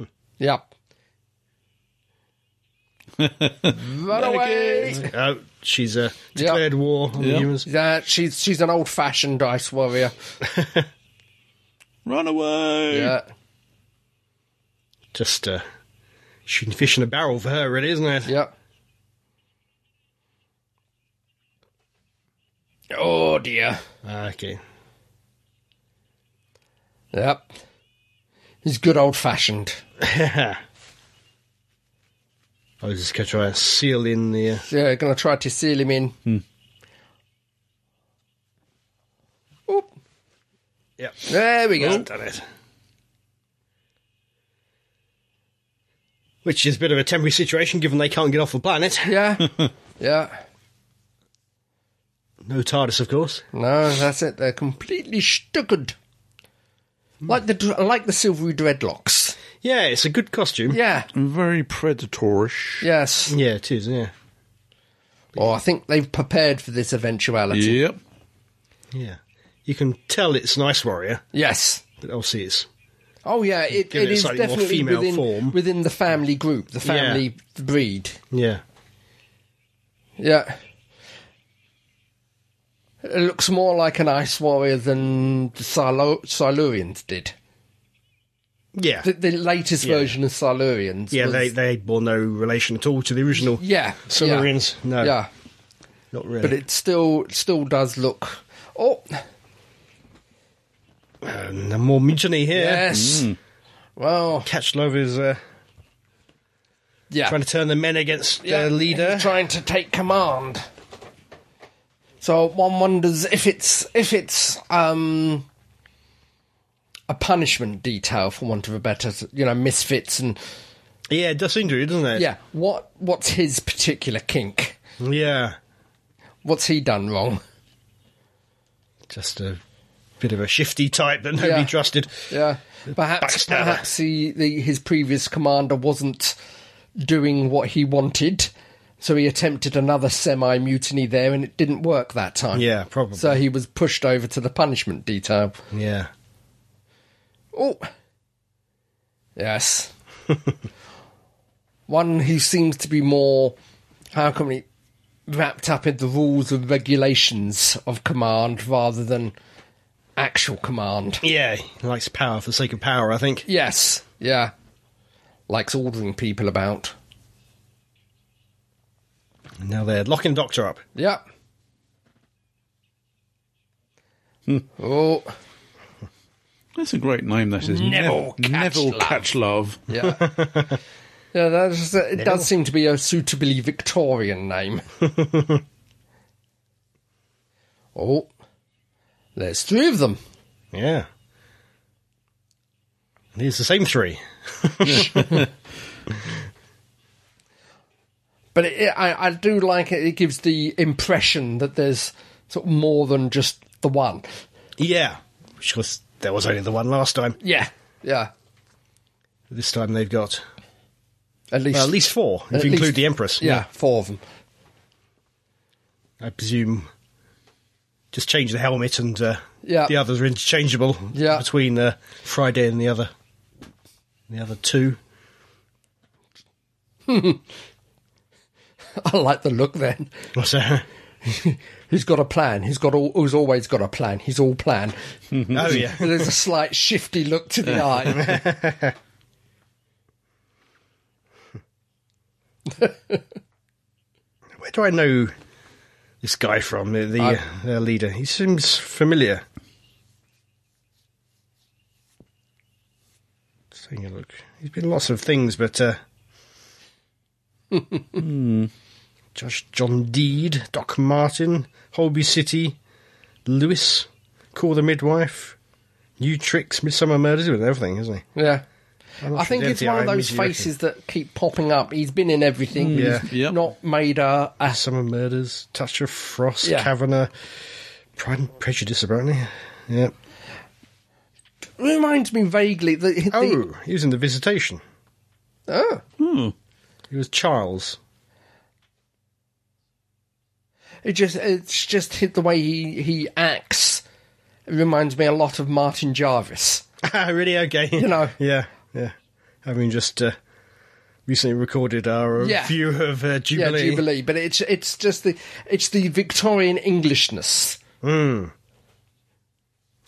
[SPEAKER 2] Yep. Run away!
[SPEAKER 3] Oh, she's uh,
[SPEAKER 2] Yeah.
[SPEAKER 3] declared war on the
[SPEAKER 1] Yeah.
[SPEAKER 3] humans.
[SPEAKER 2] Yeah, she's she's an old fashioned ice warrior.
[SPEAKER 1] run away!
[SPEAKER 2] Yeah.
[SPEAKER 3] Just uh, shooting fish in a barrel for her, really, isn't it?
[SPEAKER 2] Yep. Oh dear.
[SPEAKER 3] Ah, okay.
[SPEAKER 2] Yep. He's good old fashioned.
[SPEAKER 3] I was just going to try and seal in the. Uh,
[SPEAKER 2] Yeah, gonna try to seal him in. Oop.
[SPEAKER 3] yeah.
[SPEAKER 2] There we
[SPEAKER 3] Well
[SPEAKER 2] go.
[SPEAKER 3] done it. Which is a bit of a temporary situation given they can't get off the planet.
[SPEAKER 2] Yeah. yeah.
[SPEAKER 3] No TARDIS, of course.
[SPEAKER 2] No, that's it. They're completely stuggered. Like the like the silvery dreadlocks.
[SPEAKER 3] Yeah, it's a good costume.
[SPEAKER 2] Yeah.
[SPEAKER 1] Very predatorish.
[SPEAKER 2] Yes.
[SPEAKER 3] Yeah, it is, yeah.
[SPEAKER 2] Oh, I think they've prepared for this eventuality.
[SPEAKER 1] Yep.
[SPEAKER 3] Yeah. You can tell it's an ice warrior,
[SPEAKER 2] Yes.
[SPEAKER 3] but obviously it's.
[SPEAKER 2] Oh yeah, it,
[SPEAKER 3] Give
[SPEAKER 2] it
[SPEAKER 3] it a
[SPEAKER 2] is
[SPEAKER 3] slightly more
[SPEAKER 2] definitely
[SPEAKER 3] female
[SPEAKER 2] within,
[SPEAKER 3] form.
[SPEAKER 2] within the family group, the family breed.
[SPEAKER 3] Yeah.
[SPEAKER 2] Yeah. It looks more like an ice warrior than the Silo- Silurians did.
[SPEAKER 3] Yeah.
[SPEAKER 2] The, the latest version of Silurians.
[SPEAKER 3] yeah,
[SPEAKER 2] was-
[SPEAKER 3] they, they bore no relation at all to the original
[SPEAKER 2] yeah,
[SPEAKER 3] Silurians.
[SPEAKER 2] Yeah,
[SPEAKER 3] No.
[SPEAKER 2] yeah,
[SPEAKER 3] Not really.
[SPEAKER 2] but it still still does look. Oh
[SPEAKER 3] And the more mutiny here.
[SPEAKER 2] yes. Well,
[SPEAKER 3] Catchlove is uh,
[SPEAKER 2] yeah.
[SPEAKER 3] trying to turn the men against
[SPEAKER 2] Yeah,
[SPEAKER 3] their leader.
[SPEAKER 2] he's trying to take command. So one wonders if it's if it's um, a punishment detail, for want of a better, you know, misfits and
[SPEAKER 3] Yeah, it does seem to, doesn't it?
[SPEAKER 2] yeah. What what's his particular kink?
[SPEAKER 3] Yeah.
[SPEAKER 2] What's he done wrong?
[SPEAKER 3] just a bit of a shifty type that nobody
[SPEAKER 2] Yeah.
[SPEAKER 3] trusted.
[SPEAKER 2] Yeah, perhaps
[SPEAKER 3] Backstabber.
[SPEAKER 2] perhaps he, the, his previous commander wasn't doing what he wanted, so he attempted another semi mutiny there, and it didn't work that time.
[SPEAKER 3] Yeah, probably.
[SPEAKER 2] So he was pushed over to the punishment detail.
[SPEAKER 3] yeah.
[SPEAKER 2] Oh. Yes. One who seems to be more, how can we, wrapped up in the rules and regulations of command rather than actual command.
[SPEAKER 3] Yeah, he likes power for the sake of power, I think.
[SPEAKER 2] Yes. Yeah. Likes ordering people about.
[SPEAKER 3] And now they're locking Doctor up.
[SPEAKER 2] Yep. Oh.
[SPEAKER 1] That's a great name, that is.
[SPEAKER 2] Neville
[SPEAKER 1] Nev-
[SPEAKER 2] Catchlove.
[SPEAKER 1] Neville Catchlove.
[SPEAKER 2] Yeah. yeah, that is, it does seem to be a suitably Victorian name. oh. There's three of them.
[SPEAKER 3] Yeah. And here's the same three.
[SPEAKER 2] But it, it, I, I do like it. It gives the impression that there's sort of more than just the one.
[SPEAKER 3] Yeah, which was there was only the one last time.
[SPEAKER 2] Yeah, yeah.
[SPEAKER 3] This time they've got
[SPEAKER 2] At least,
[SPEAKER 3] well, at least four, if
[SPEAKER 2] at
[SPEAKER 3] you include
[SPEAKER 2] least-
[SPEAKER 3] the Empress.
[SPEAKER 2] Yeah, four of them.
[SPEAKER 3] I presume just change the helmet and uh,
[SPEAKER 2] Yeah.
[SPEAKER 3] the others are interchangeable
[SPEAKER 2] Yeah.
[SPEAKER 3] between uh, Friday and the other the other two.
[SPEAKER 2] I like the look. Then
[SPEAKER 3] So,
[SPEAKER 2] he's got a plan. He's got all. He's always got a plan. He's all plan.
[SPEAKER 3] oh yeah.
[SPEAKER 2] There's a slight shifty look to the eye.
[SPEAKER 3] Where do I know this guy from? The, the
[SPEAKER 2] I-
[SPEAKER 3] uh, their leader. He seems familiar. Just taking a look. He's been lots of things, but uh, Hmm. Josh John Deed, Doc Martin, Holby City, Lewis, Call the Midwife, New Tricks, Midsummer Murders, with everything, isn't he?
[SPEAKER 2] Yeah.
[SPEAKER 3] I'm not
[SPEAKER 2] I
[SPEAKER 3] sure
[SPEAKER 2] think
[SPEAKER 3] the
[SPEAKER 2] it's
[SPEAKER 3] NTI
[SPEAKER 2] one of those
[SPEAKER 3] immediately reckon.
[SPEAKER 2] faces that keep popping up. He's been in everything.
[SPEAKER 3] Mm,
[SPEAKER 2] He's
[SPEAKER 1] yeah. Yep.
[SPEAKER 2] not made a, a
[SPEAKER 3] Summer Murders, Touch of Frost,
[SPEAKER 2] Yeah.
[SPEAKER 3] Kavanagh, Pride and Prejudice, apparently. Yeah.
[SPEAKER 2] reminds me vaguely that the,
[SPEAKER 3] Oh, he was in The Visitation.
[SPEAKER 2] Oh.
[SPEAKER 1] Hmm.
[SPEAKER 3] He was Charles.
[SPEAKER 2] it just it's just hit the way he he acts. It reminds me a lot of Martin Jarvis.
[SPEAKER 3] Ah, really? Okay. You
[SPEAKER 2] know.
[SPEAKER 3] Yeah, yeah. Having just uh, recently recorded our
[SPEAKER 2] Yeah.
[SPEAKER 3] review of uh,
[SPEAKER 2] Yeah,
[SPEAKER 3] Jubilee.
[SPEAKER 2] Jubilee, but it's it's just the it's the Victorian Englishness.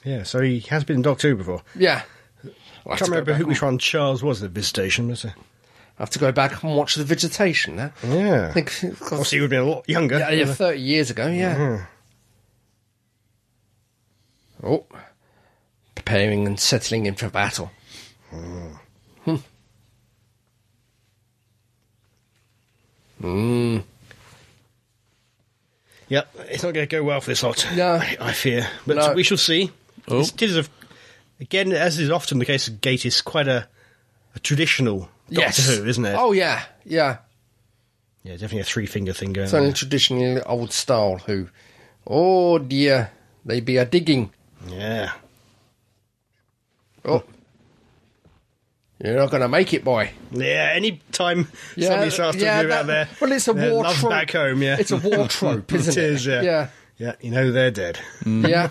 [SPEAKER 3] Yeah, so he has been in Doctor Who before.
[SPEAKER 2] Yeah.
[SPEAKER 3] I can't remember who, which one Charles was in The Visitation, but uh,
[SPEAKER 2] I have to go back and watch the vegetation. Huh?
[SPEAKER 3] yeah.
[SPEAKER 2] I think of course,
[SPEAKER 3] Obviously, he would have been a lot younger.
[SPEAKER 2] yeah, yeah, thirty years ago. Yeah. Mm-hmm. Oh, preparing and settling in for battle.
[SPEAKER 3] Yep, it's not going to go well for this lot.
[SPEAKER 2] No.
[SPEAKER 3] I, I fear, but
[SPEAKER 2] No.
[SPEAKER 3] we shall see.
[SPEAKER 1] Oh.
[SPEAKER 3] It's- It is a, again, as is often the case of Gate, is quite a, a traditional Doctor
[SPEAKER 2] yes.
[SPEAKER 3] Who, isn't it?
[SPEAKER 2] Oh yeah, yeah.
[SPEAKER 3] yeah, definitely a three finger thing going
[SPEAKER 2] It's only
[SPEAKER 3] on.
[SPEAKER 2] traditionally old style. Who? Oh dear, they be a digging.
[SPEAKER 3] Yeah,
[SPEAKER 2] Oh, you're not going to make it, boy.
[SPEAKER 3] yeah. Any time somebody starts talking about their
[SPEAKER 2] Well, it's a
[SPEAKER 3] their
[SPEAKER 2] war
[SPEAKER 3] love
[SPEAKER 2] trope.
[SPEAKER 3] back home, yeah,
[SPEAKER 2] It's a war trope, isn't it?
[SPEAKER 3] It is, yeah.
[SPEAKER 2] yeah.
[SPEAKER 3] yeah, you know they're dead.
[SPEAKER 2] Yeah.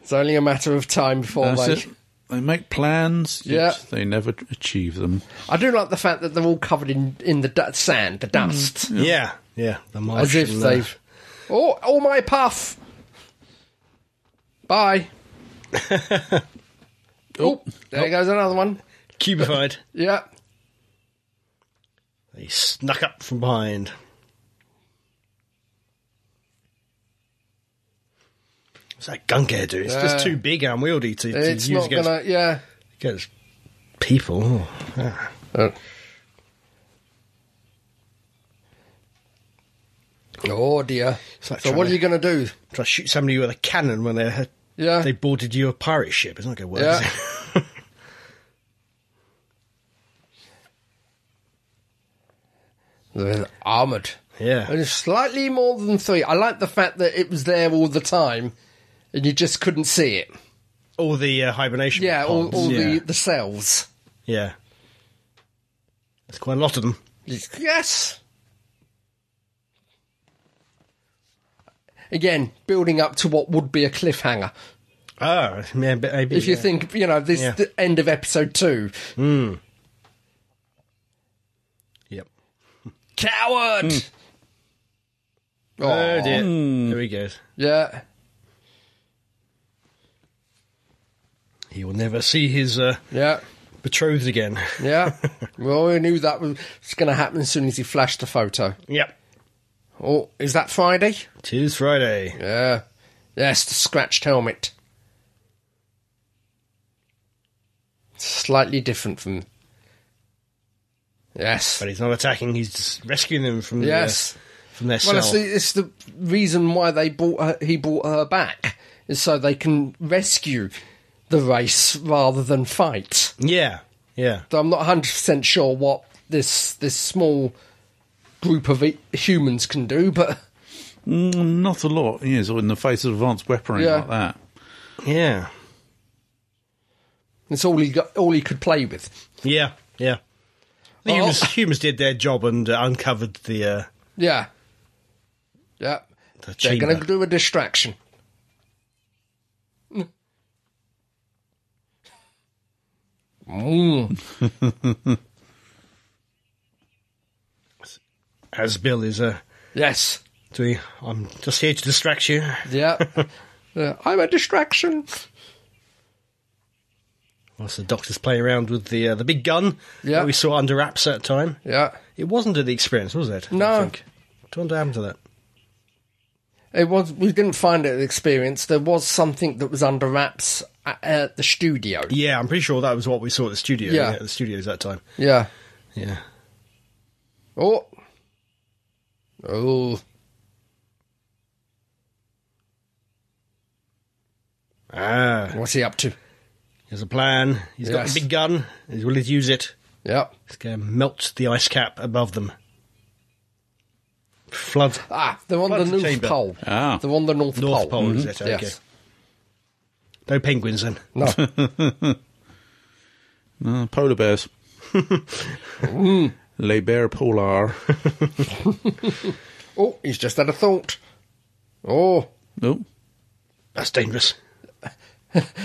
[SPEAKER 2] it's only a matter of time before
[SPEAKER 1] That's
[SPEAKER 2] they.
[SPEAKER 1] it. They make plans, yet
[SPEAKER 2] Yeah.
[SPEAKER 1] they never achieve them.
[SPEAKER 2] I do like the fact that they're all covered in in the du- sand, the dust,
[SPEAKER 3] Yeah, yeah. the Martian,
[SPEAKER 2] as if
[SPEAKER 3] uh,
[SPEAKER 2] they've. Oh, oh my puff! Bye. oh, there goes another one.
[SPEAKER 3] cubified.
[SPEAKER 2] Yeah.
[SPEAKER 3] they snuck up from behind. What's that gunkhead do? It's
[SPEAKER 2] Yeah.
[SPEAKER 3] just too big and unwieldy to, to
[SPEAKER 2] Uh, It's
[SPEAKER 3] use
[SPEAKER 2] not
[SPEAKER 3] against,
[SPEAKER 2] gonna. Yeah.
[SPEAKER 3] against people. Oh, ah.
[SPEAKER 2] Oh. Oh dear.
[SPEAKER 3] It's like
[SPEAKER 2] so
[SPEAKER 3] trying
[SPEAKER 2] what are
[SPEAKER 3] to-
[SPEAKER 2] you going to do?
[SPEAKER 3] Try to shoot somebody with a cannon when they
[SPEAKER 2] Yeah.
[SPEAKER 3] they boarded you a pirate ship. It's not going to work.
[SPEAKER 2] Yeah.
[SPEAKER 3] is it?
[SPEAKER 2] They're armoured.
[SPEAKER 3] Yeah.
[SPEAKER 2] And it's slightly more than three. I like the fact that it was there all the time and you just couldn't see it.
[SPEAKER 3] All the uh, hibernation.
[SPEAKER 2] Yeah, all,
[SPEAKER 3] pods,
[SPEAKER 2] all
[SPEAKER 3] yeah.
[SPEAKER 2] The, the cells.
[SPEAKER 3] yeah. There's quite a lot of them.
[SPEAKER 2] Yes. Again, building up to what would be a cliffhanger.
[SPEAKER 3] Oh, yeah, but maybe.
[SPEAKER 2] If you
[SPEAKER 3] yeah.
[SPEAKER 2] think, you know, this
[SPEAKER 3] Yeah.
[SPEAKER 2] the end of episode two.
[SPEAKER 3] Yep.
[SPEAKER 2] Coward!
[SPEAKER 3] Hmm. Oh,
[SPEAKER 2] Aw.
[SPEAKER 3] dear. There he goes.
[SPEAKER 2] Yeah.
[SPEAKER 3] He will never see his uh,
[SPEAKER 2] Yeah.
[SPEAKER 3] betrothed again.
[SPEAKER 2] Yeah. well, we knew that was going to happen as soon as he flashed the photo.
[SPEAKER 3] yep.
[SPEAKER 2] Oh, is that Friday?
[SPEAKER 3] Tis Friday.
[SPEAKER 2] Yeah. Yes, the scratched helmet. Slightly different from. Yes.
[SPEAKER 3] But he's not attacking, he's just rescuing them from,
[SPEAKER 2] Yes.
[SPEAKER 3] the, uh, from their
[SPEAKER 2] Well, it's
[SPEAKER 3] cell.
[SPEAKER 2] the, it's the reason why they bought her, he brought her back is so they can rescue the race rather than fight.
[SPEAKER 3] Yeah, yeah.
[SPEAKER 2] So I'm not 100 percent sure what this this small group of e- humans can do, but
[SPEAKER 1] Mm, not a lot, yes, or in the face of advanced weaponry
[SPEAKER 2] Yeah.
[SPEAKER 1] like that.
[SPEAKER 3] Yeah.
[SPEAKER 2] it's all he got, all he could play with.
[SPEAKER 3] Yeah. Yeah. The
[SPEAKER 2] Oh.
[SPEAKER 3] humans, humans did their job and uh, uncovered the, uh,
[SPEAKER 2] Yeah, yeah.
[SPEAKER 3] the
[SPEAKER 2] They're
[SPEAKER 3] chamber.
[SPEAKER 2] going to do a distraction. Mm.
[SPEAKER 3] As Bill is uh,
[SPEAKER 2] Yes.
[SPEAKER 3] doing, I'm just here to distract you.
[SPEAKER 2] Yeah. yeah. I'm a distraction.
[SPEAKER 3] Whilst the doctors play around with the uh, the big gun
[SPEAKER 2] Yeah.
[SPEAKER 3] that we saw under wraps at that time.
[SPEAKER 2] Yeah.
[SPEAKER 3] It wasn't the experience, was it?
[SPEAKER 2] No.
[SPEAKER 3] I think. I wonder what happened to that.
[SPEAKER 2] It was. We didn't find it an experience. There was something that was under wraps at, at the studio.
[SPEAKER 3] Yeah, I'm pretty sure that was what we saw at the studio.
[SPEAKER 2] Yeah.
[SPEAKER 3] Yeah, at the studios that time.
[SPEAKER 2] Yeah.
[SPEAKER 3] Yeah.
[SPEAKER 2] Oh. Oh.
[SPEAKER 3] Ah,
[SPEAKER 2] What's he up to?
[SPEAKER 3] there's a plan. He's got
[SPEAKER 2] Yes.
[SPEAKER 3] the big gun. He's willing to use it.
[SPEAKER 2] Yeah.
[SPEAKER 3] He's going to melt the ice cap above them. Flood
[SPEAKER 2] Ah, they're on
[SPEAKER 3] Flood
[SPEAKER 2] the
[SPEAKER 3] the
[SPEAKER 2] North
[SPEAKER 3] chamber.
[SPEAKER 2] Pole.
[SPEAKER 1] Ah.
[SPEAKER 2] They're on the North,
[SPEAKER 3] North Pole,
[SPEAKER 2] Pole. Mm-hmm.
[SPEAKER 3] is it? Okay.
[SPEAKER 2] Yes.
[SPEAKER 3] No penguins then.
[SPEAKER 2] No.
[SPEAKER 1] Uh, polar bears. Les bears polar.
[SPEAKER 2] Oh, he's just had a thought. Oh,
[SPEAKER 1] Oh,
[SPEAKER 3] That's dangerous.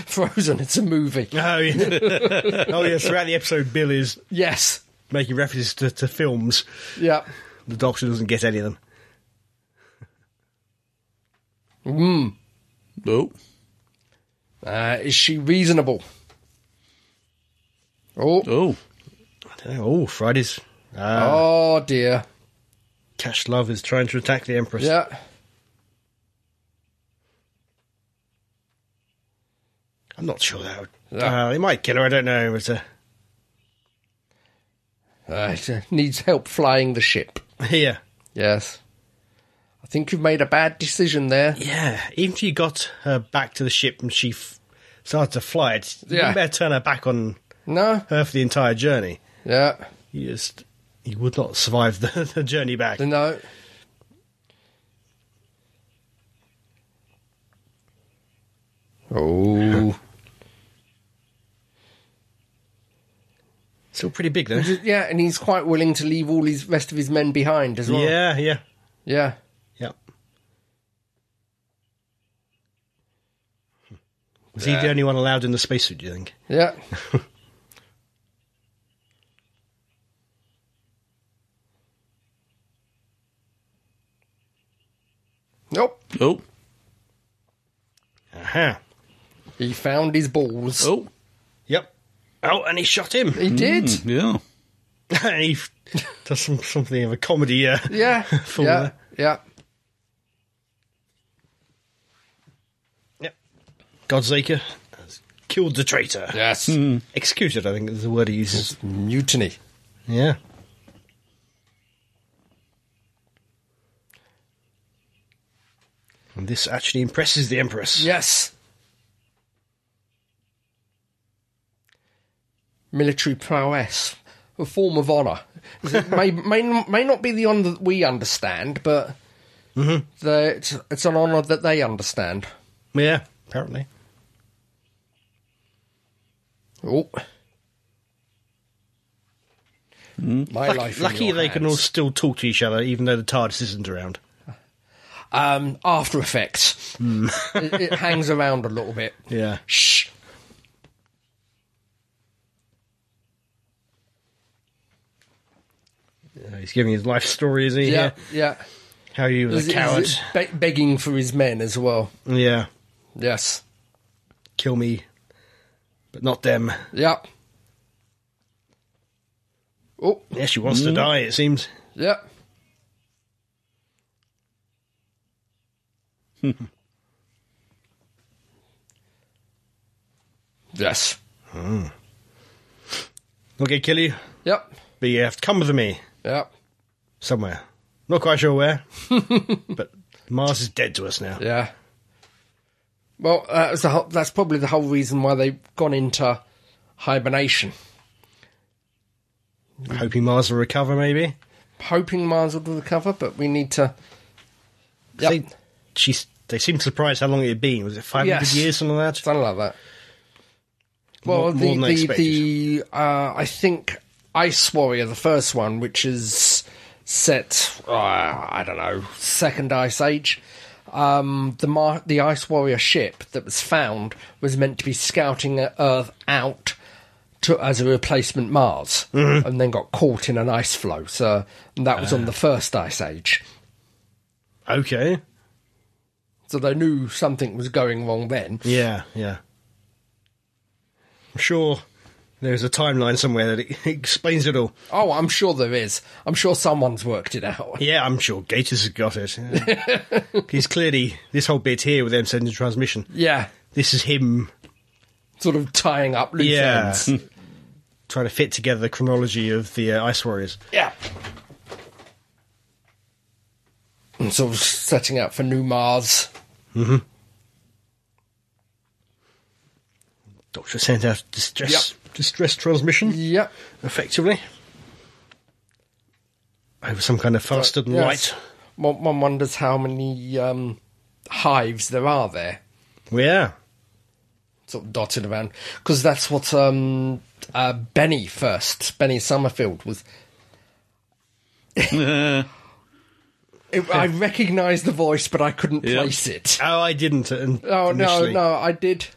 [SPEAKER 2] Frozen, it's a movie.
[SPEAKER 3] Oh yeah. oh yeah. Throughout the episode, Bill is
[SPEAKER 2] Yes.
[SPEAKER 3] making references to, to films.
[SPEAKER 2] Yeah.
[SPEAKER 3] The Doctor doesn't get any of them.
[SPEAKER 1] oh,
[SPEAKER 2] Uh, is she reasonable? Oh.
[SPEAKER 3] Uh,
[SPEAKER 1] oh.
[SPEAKER 3] I don't know. Oh, Friday's ah,
[SPEAKER 2] Oh, dear.
[SPEAKER 3] Cash Love is trying to attack the Empress.
[SPEAKER 2] Yeah.
[SPEAKER 3] I'm not sure that. Would,
[SPEAKER 2] Yeah.
[SPEAKER 3] uh, they might kill her. I don't know. But, uh,
[SPEAKER 2] Uh, she needs help flying the ship.
[SPEAKER 3] yeah,
[SPEAKER 2] Yes. I think you've made a bad decision there.
[SPEAKER 3] yeah. Even if you got her back to the ship and she f- started to fly, it
[SPEAKER 2] Yeah.
[SPEAKER 3] you wouldn't better turn her back on
[SPEAKER 2] No?
[SPEAKER 3] her for the entire journey.
[SPEAKER 2] Yeah.
[SPEAKER 3] You just you would not survive the, the journey back.
[SPEAKER 2] No. Oh.
[SPEAKER 3] Still pretty big though.
[SPEAKER 2] yeah, and he's quite willing to leave all his rest of his men behind as well.
[SPEAKER 3] yeah, yeah,
[SPEAKER 2] Yeah.
[SPEAKER 3] yeah. Hmm. Was he the only one allowed in the spacesuit? Do you think?
[SPEAKER 2] Yeah. nope.
[SPEAKER 1] Oh,
[SPEAKER 3] Uh-huh.
[SPEAKER 2] He found his balls.
[SPEAKER 1] oh,
[SPEAKER 3] Yep. Oh, and he shot him.
[SPEAKER 2] He did.
[SPEAKER 3] Hmm.
[SPEAKER 1] yeah.
[SPEAKER 3] and he f- does some something of a comedy. Uh,
[SPEAKER 2] Yeah.
[SPEAKER 3] Full
[SPEAKER 2] yeah.
[SPEAKER 3] there.
[SPEAKER 2] Yeah.
[SPEAKER 3] Yep. Godzaker has killed the traitor.
[SPEAKER 2] Yes.
[SPEAKER 3] Hmm. Executed, I think is the word he uses.
[SPEAKER 2] Mutiny.
[SPEAKER 3] Yeah. And this actually impresses the Empress.
[SPEAKER 2] Yes. Military prowess, a form of honour. It may, may may not be the honour that we understand, but
[SPEAKER 3] Mm-hmm.
[SPEAKER 2] the- it's, it's an honour that they understand.
[SPEAKER 3] Yeah, apparently.
[SPEAKER 2] Oh. My life. in
[SPEAKER 3] Hmm. Lucky
[SPEAKER 2] your
[SPEAKER 3] they can all
[SPEAKER 2] hands.
[SPEAKER 3] still talk to each other, even though the TARDIS isn't around.
[SPEAKER 2] Um, After Effects.
[SPEAKER 3] Hmm.
[SPEAKER 2] it, it hangs around a little bit.
[SPEAKER 3] Yeah.
[SPEAKER 2] Shh.
[SPEAKER 3] Uh, he's giving his life story, isn't he?
[SPEAKER 2] Yeah,
[SPEAKER 3] here?
[SPEAKER 2] yeah.
[SPEAKER 3] How you was
[SPEAKER 2] Is- is
[SPEAKER 3] a coward.
[SPEAKER 2] it be- begging for his men as well.
[SPEAKER 3] Yeah.
[SPEAKER 2] Yes.
[SPEAKER 3] Kill me, but not them.
[SPEAKER 2] Yeah. Oh,
[SPEAKER 3] Yeah, she wants to die, it seems.
[SPEAKER 2] yeah. yes.
[SPEAKER 3] Okay, kill you,
[SPEAKER 2] Yep.
[SPEAKER 3] but you have to come with me
[SPEAKER 2] Yep.
[SPEAKER 3] somewhere. Not quite sure where, but Mars is dead to us now.
[SPEAKER 2] Yeah. Well, that was the whole, that's probably the whole reason why they've gone into hibernation.
[SPEAKER 3] Hoping Mars will recover, maybe.
[SPEAKER 2] hoping Mars would recover, but we need to. Yep,
[SPEAKER 3] They, she's, they seemed surprised how long it had been. Was it 500
[SPEAKER 2] Yes.
[SPEAKER 3] years, something like that?
[SPEAKER 2] something like that. Well,
[SPEAKER 3] More-
[SPEAKER 2] the
[SPEAKER 3] more than I
[SPEAKER 2] the,
[SPEAKER 3] expected.
[SPEAKER 2] the uh, I think Ice Warrior, the first one, which is set, uh, I don't know, second Ice Age. Um, the Mar- the Ice Warrior ship that was found was meant to be scouting Earth out to as a replacement Mars,
[SPEAKER 3] Mm-hmm.
[SPEAKER 2] and then got caught in an ice flow. So and that was on
[SPEAKER 3] Ah.
[SPEAKER 2] the first Ice Age.
[SPEAKER 3] Okay.
[SPEAKER 2] So they knew something was going wrong then.
[SPEAKER 3] Yeah, yeah. I'm sure there's a timeline somewhere that it explains it all.
[SPEAKER 2] Oh, I'm sure there is. I'm sure someone's worked it out.
[SPEAKER 3] Yeah, I'm sure Gators has got it. Yeah. He's clearly this whole bit here with them sending transmission.
[SPEAKER 2] Yeah.
[SPEAKER 3] This is him
[SPEAKER 2] Sort of tying up loose
[SPEAKER 3] Yeah.
[SPEAKER 2] ends.
[SPEAKER 3] trying to fit together the chronology of the uh, Ice Warriors.
[SPEAKER 2] Yeah. And sort of setting out for new Mars.
[SPEAKER 3] Doctor sent out distress distress transmission,
[SPEAKER 2] Yep.
[SPEAKER 3] effectively over some kind of faster than
[SPEAKER 2] Yes.
[SPEAKER 3] light.
[SPEAKER 2] One, one wonders how many um, hives there are there,
[SPEAKER 3] Well, yeah,
[SPEAKER 2] sort of dotted around. Because that's what um, uh, Benny first, Benny Summerfield, was.
[SPEAKER 1] Uh,
[SPEAKER 2] It, I recognised the voice, but I couldn't
[SPEAKER 1] Yep.
[SPEAKER 2] place it.
[SPEAKER 3] oh, I didn't. In-
[SPEAKER 2] Oh
[SPEAKER 3] initially.
[SPEAKER 2] no, no, I did.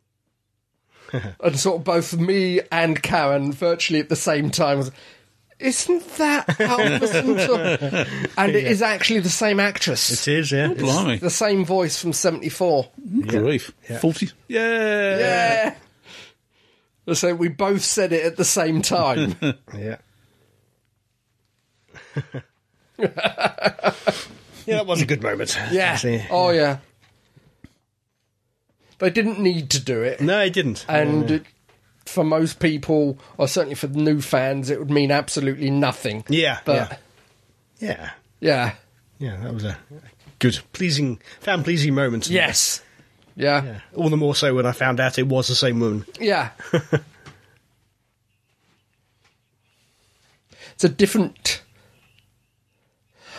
[SPEAKER 2] and sort of both me and Karen virtually at the same time was isn't that Halverson? and it is actually the same actress.
[SPEAKER 3] it is. Yeah, It's-
[SPEAKER 1] blimey.
[SPEAKER 2] the same voice from seventy four.
[SPEAKER 1] Grief. 40? Yeah.
[SPEAKER 2] Yeah. So we both said it at the same time.
[SPEAKER 3] yeah. yeah, that was a good moment.
[SPEAKER 2] yeah.
[SPEAKER 3] actually.
[SPEAKER 2] Oh yeah. They didn't need to do it.
[SPEAKER 3] No, it didn't.
[SPEAKER 2] and it, for most people, or certainly for new fans, it would mean absolutely nothing.
[SPEAKER 3] yeah,
[SPEAKER 2] but
[SPEAKER 3] yeah, yeah,
[SPEAKER 2] yeah,
[SPEAKER 3] yeah. That was a good, pleasing, fan pleasing moment.
[SPEAKER 2] yes, yeah,
[SPEAKER 3] Yeah. All the more so when I found out it was the same woman.
[SPEAKER 2] yeah. it's a different.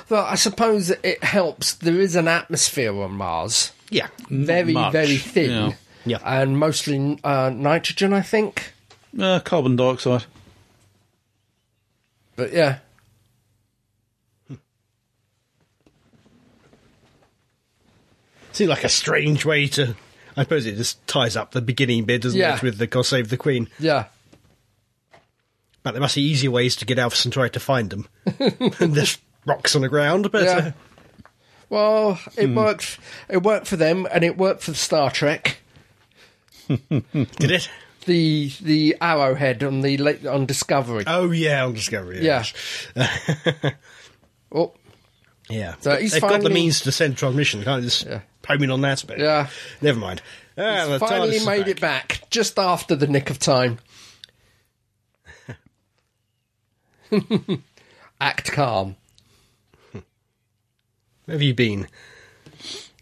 [SPEAKER 2] Well, I suppose it helps. There is an atmosphere on Mars,
[SPEAKER 3] Yeah.
[SPEAKER 2] very,
[SPEAKER 1] much,
[SPEAKER 2] very thin,
[SPEAKER 1] yeah.
[SPEAKER 3] Yeah.
[SPEAKER 2] and mostly uh, nitrogen, I think.
[SPEAKER 1] Uh, carbon dioxide.
[SPEAKER 2] But yeah.
[SPEAKER 3] Seemed like a strange way to. I suppose it just ties up the beginning bit, doesn't
[SPEAKER 2] Yeah.
[SPEAKER 3] it, with the God Save the Queen.
[SPEAKER 2] Yeah,
[SPEAKER 3] But there must be easier ways to get Alphys and try to find them. and there's rocks on the ground, but.
[SPEAKER 2] yeah.
[SPEAKER 3] uh,
[SPEAKER 2] Well, it
[SPEAKER 3] Hmm.
[SPEAKER 2] worked. It worked for them, and it worked for Star Trek.
[SPEAKER 3] Uh, did it?
[SPEAKER 2] the the arrowhead on the late on Discovery.
[SPEAKER 1] Uh,
[SPEAKER 3] Oh, yeah, on Discovery.
[SPEAKER 2] yeah. oh,
[SPEAKER 3] Uh, Yeah.
[SPEAKER 2] So he's
[SPEAKER 3] They've got the
[SPEAKER 2] finally-
[SPEAKER 3] means to send transmission, can't they? Just
[SPEAKER 2] Yeah.
[SPEAKER 3] home in on that bit.
[SPEAKER 2] Yeah.
[SPEAKER 3] Never mind. Ah, the TARDIS
[SPEAKER 2] finally
[SPEAKER 3] is
[SPEAKER 2] made it back just after the nick of time. Act calm.
[SPEAKER 3] Where have you been?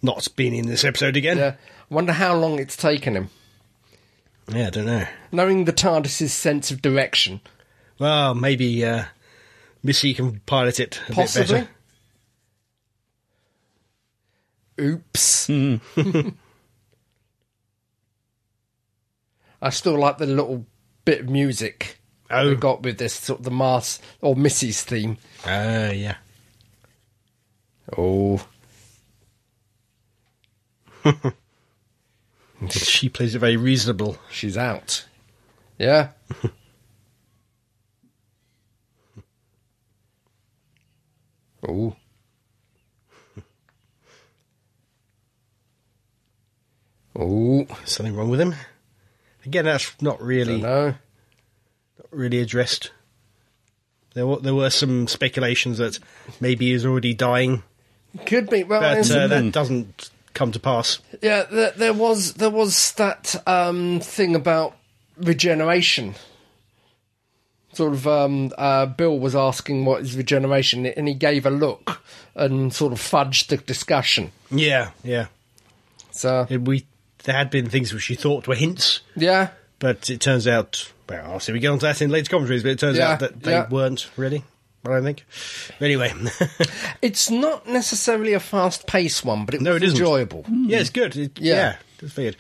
[SPEAKER 3] Not been in this episode again?
[SPEAKER 2] Yeah. Wonder how long it's taken him.
[SPEAKER 3] yeah I don't know.
[SPEAKER 2] Knowing the TARDIS's sense of direction,
[SPEAKER 3] Well, maybe uh, Missy can pilot it a bit
[SPEAKER 2] possibly.
[SPEAKER 3] better.
[SPEAKER 2] Oops. I still like the little bit of music
[SPEAKER 3] Oh.
[SPEAKER 2] we got with this sort of the Mars or Missy's theme.
[SPEAKER 3] Oh, yeah.
[SPEAKER 2] Oh,
[SPEAKER 3] She plays it very reasonable.
[SPEAKER 2] she's out. Yeah. oh. Oh,
[SPEAKER 3] Something wrong with him? Again, that's not really not
[SPEAKER 2] no.
[SPEAKER 3] really addressed. There were there were some speculations that maybe he's already dying,
[SPEAKER 2] Could be. Well,
[SPEAKER 3] but
[SPEAKER 2] there's-
[SPEAKER 3] uh, that doesn't come to pass.
[SPEAKER 2] Yeah, there, there was there was that um, thing about regeneration. Sort of, um, uh, Bill was asking what is regeneration, and he gave a look and sort of fudged the discussion.
[SPEAKER 3] Yeah, yeah.
[SPEAKER 2] So
[SPEAKER 3] It- we there had been things which she thought were hints,
[SPEAKER 2] yeah,
[SPEAKER 3] but it turns out. Well, obviously we get onto that in later commentaries, but it turns
[SPEAKER 2] Yeah,
[SPEAKER 3] out that they
[SPEAKER 2] yeah.
[SPEAKER 3] weren't really. I don't think. But anyway,
[SPEAKER 2] It's not necessarily a fast-paced one, but it
[SPEAKER 3] No,
[SPEAKER 2] was
[SPEAKER 3] it isn't.
[SPEAKER 2] enjoyable.
[SPEAKER 3] yeah, it's good. It-
[SPEAKER 2] Hmm. Yeah.
[SPEAKER 3] yeah. it's very good.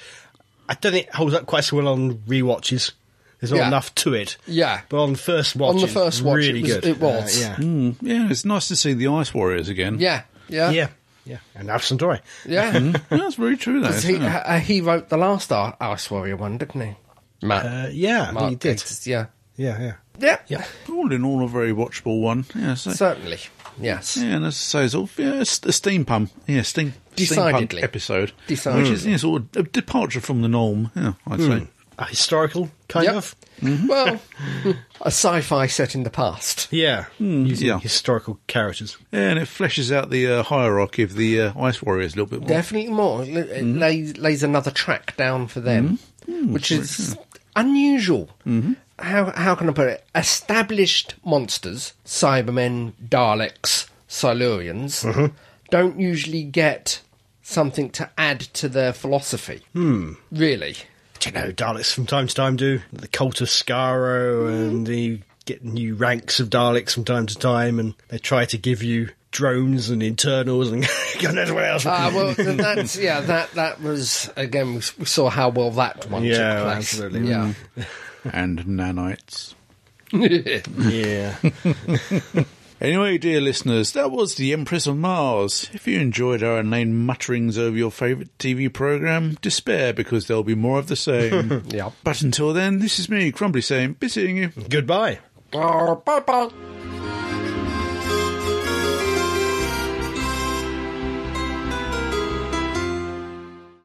[SPEAKER 3] I don't think it holds up quite so well on rewatches. There's not
[SPEAKER 2] Yeah.
[SPEAKER 3] enough to it.
[SPEAKER 2] Yeah.
[SPEAKER 3] but on first watch,
[SPEAKER 2] the
[SPEAKER 3] it's
[SPEAKER 2] first watch,
[SPEAKER 3] really
[SPEAKER 2] it was-
[SPEAKER 3] good.
[SPEAKER 2] it was.
[SPEAKER 3] Uh, yeah.
[SPEAKER 1] Mm, yeah, it's nice to see the Ice Warriors again.
[SPEAKER 2] Yeah, yeah,
[SPEAKER 3] yeah, Mm-hmm. yeah, and absent Dory.
[SPEAKER 2] yeah.
[SPEAKER 1] Yeah, that's very true, though.
[SPEAKER 2] 'Cause he,
[SPEAKER 1] isn't it?
[SPEAKER 2] uh, he wrote the last Ar- Ice Warrior one, didn't he? Matt,
[SPEAKER 3] Uh, yeah,
[SPEAKER 2] Mark
[SPEAKER 3] he did.
[SPEAKER 2] Gates, yeah.
[SPEAKER 3] Yeah, yeah.
[SPEAKER 2] yeah,
[SPEAKER 3] Yeah.
[SPEAKER 1] All in all, a very watchable one. Yeah, so,
[SPEAKER 2] certainly, yes.
[SPEAKER 1] yeah and as I say, it's all yeah, it's a steampunk. Yeah, steam,
[SPEAKER 2] Decidedly.
[SPEAKER 1] steampunk episode.
[SPEAKER 2] Decidedly. Hmm.
[SPEAKER 1] Which is yeah, sort of a departure from the norm, yeah, I'd say.
[SPEAKER 3] A historical kind
[SPEAKER 2] Yep.
[SPEAKER 3] of.
[SPEAKER 2] Well, a sci-fi set in the past.
[SPEAKER 3] Yeah,
[SPEAKER 2] Hmm.
[SPEAKER 3] using
[SPEAKER 1] yeah.
[SPEAKER 3] historical characters.
[SPEAKER 1] Yeah, and it fleshes out the uh, hierarchy of the uh, Ice Warriors a little bit more.
[SPEAKER 2] Definitely more. It it
[SPEAKER 3] Mm-hmm.
[SPEAKER 2] lays, lays another track down for them,
[SPEAKER 3] Mm,
[SPEAKER 2] which is unusual.
[SPEAKER 3] Mm-hmm.
[SPEAKER 2] How how can I put it? Established monsters, Cybermen, Daleks, Silurians,
[SPEAKER 3] Mm-hmm.
[SPEAKER 2] don't usually get something to add to their philosophy.
[SPEAKER 3] Hmm.
[SPEAKER 2] Really?
[SPEAKER 3] you know, Daleks from time to time do. The cult of Skaro,
[SPEAKER 2] Hmm.
[SPEAKER 3] and you get new ranks of Daleks from time to time, and they try to give you drones and internals and God knows what else.
[SPEAKER 2] Ah, well, th- that's yeah. That that was again. We s- we saw how well that one
[SPEAKER 3] Yeah,
[SPEAKER 2] took place.
[SPEAKER 3] absolutely.
[SPEAKER 2] Yeah.
[SPEAKER 1] and nanites.
[SPEAKER 3] yeah.
[SPEAKER 1] Anyway, dear listeners, that was The Empress of Mars. If you enjoyed our inane mutterings over your favourite TV programme, despair because there'll be more of the same.
[SPEAKER 2] Yep.
[SPEAKER 1] But until then, this is me, Crumbly, saying, be seeing you.
[SPEAKER 3] Goodbye.
[SPEAKER 2] bye bye.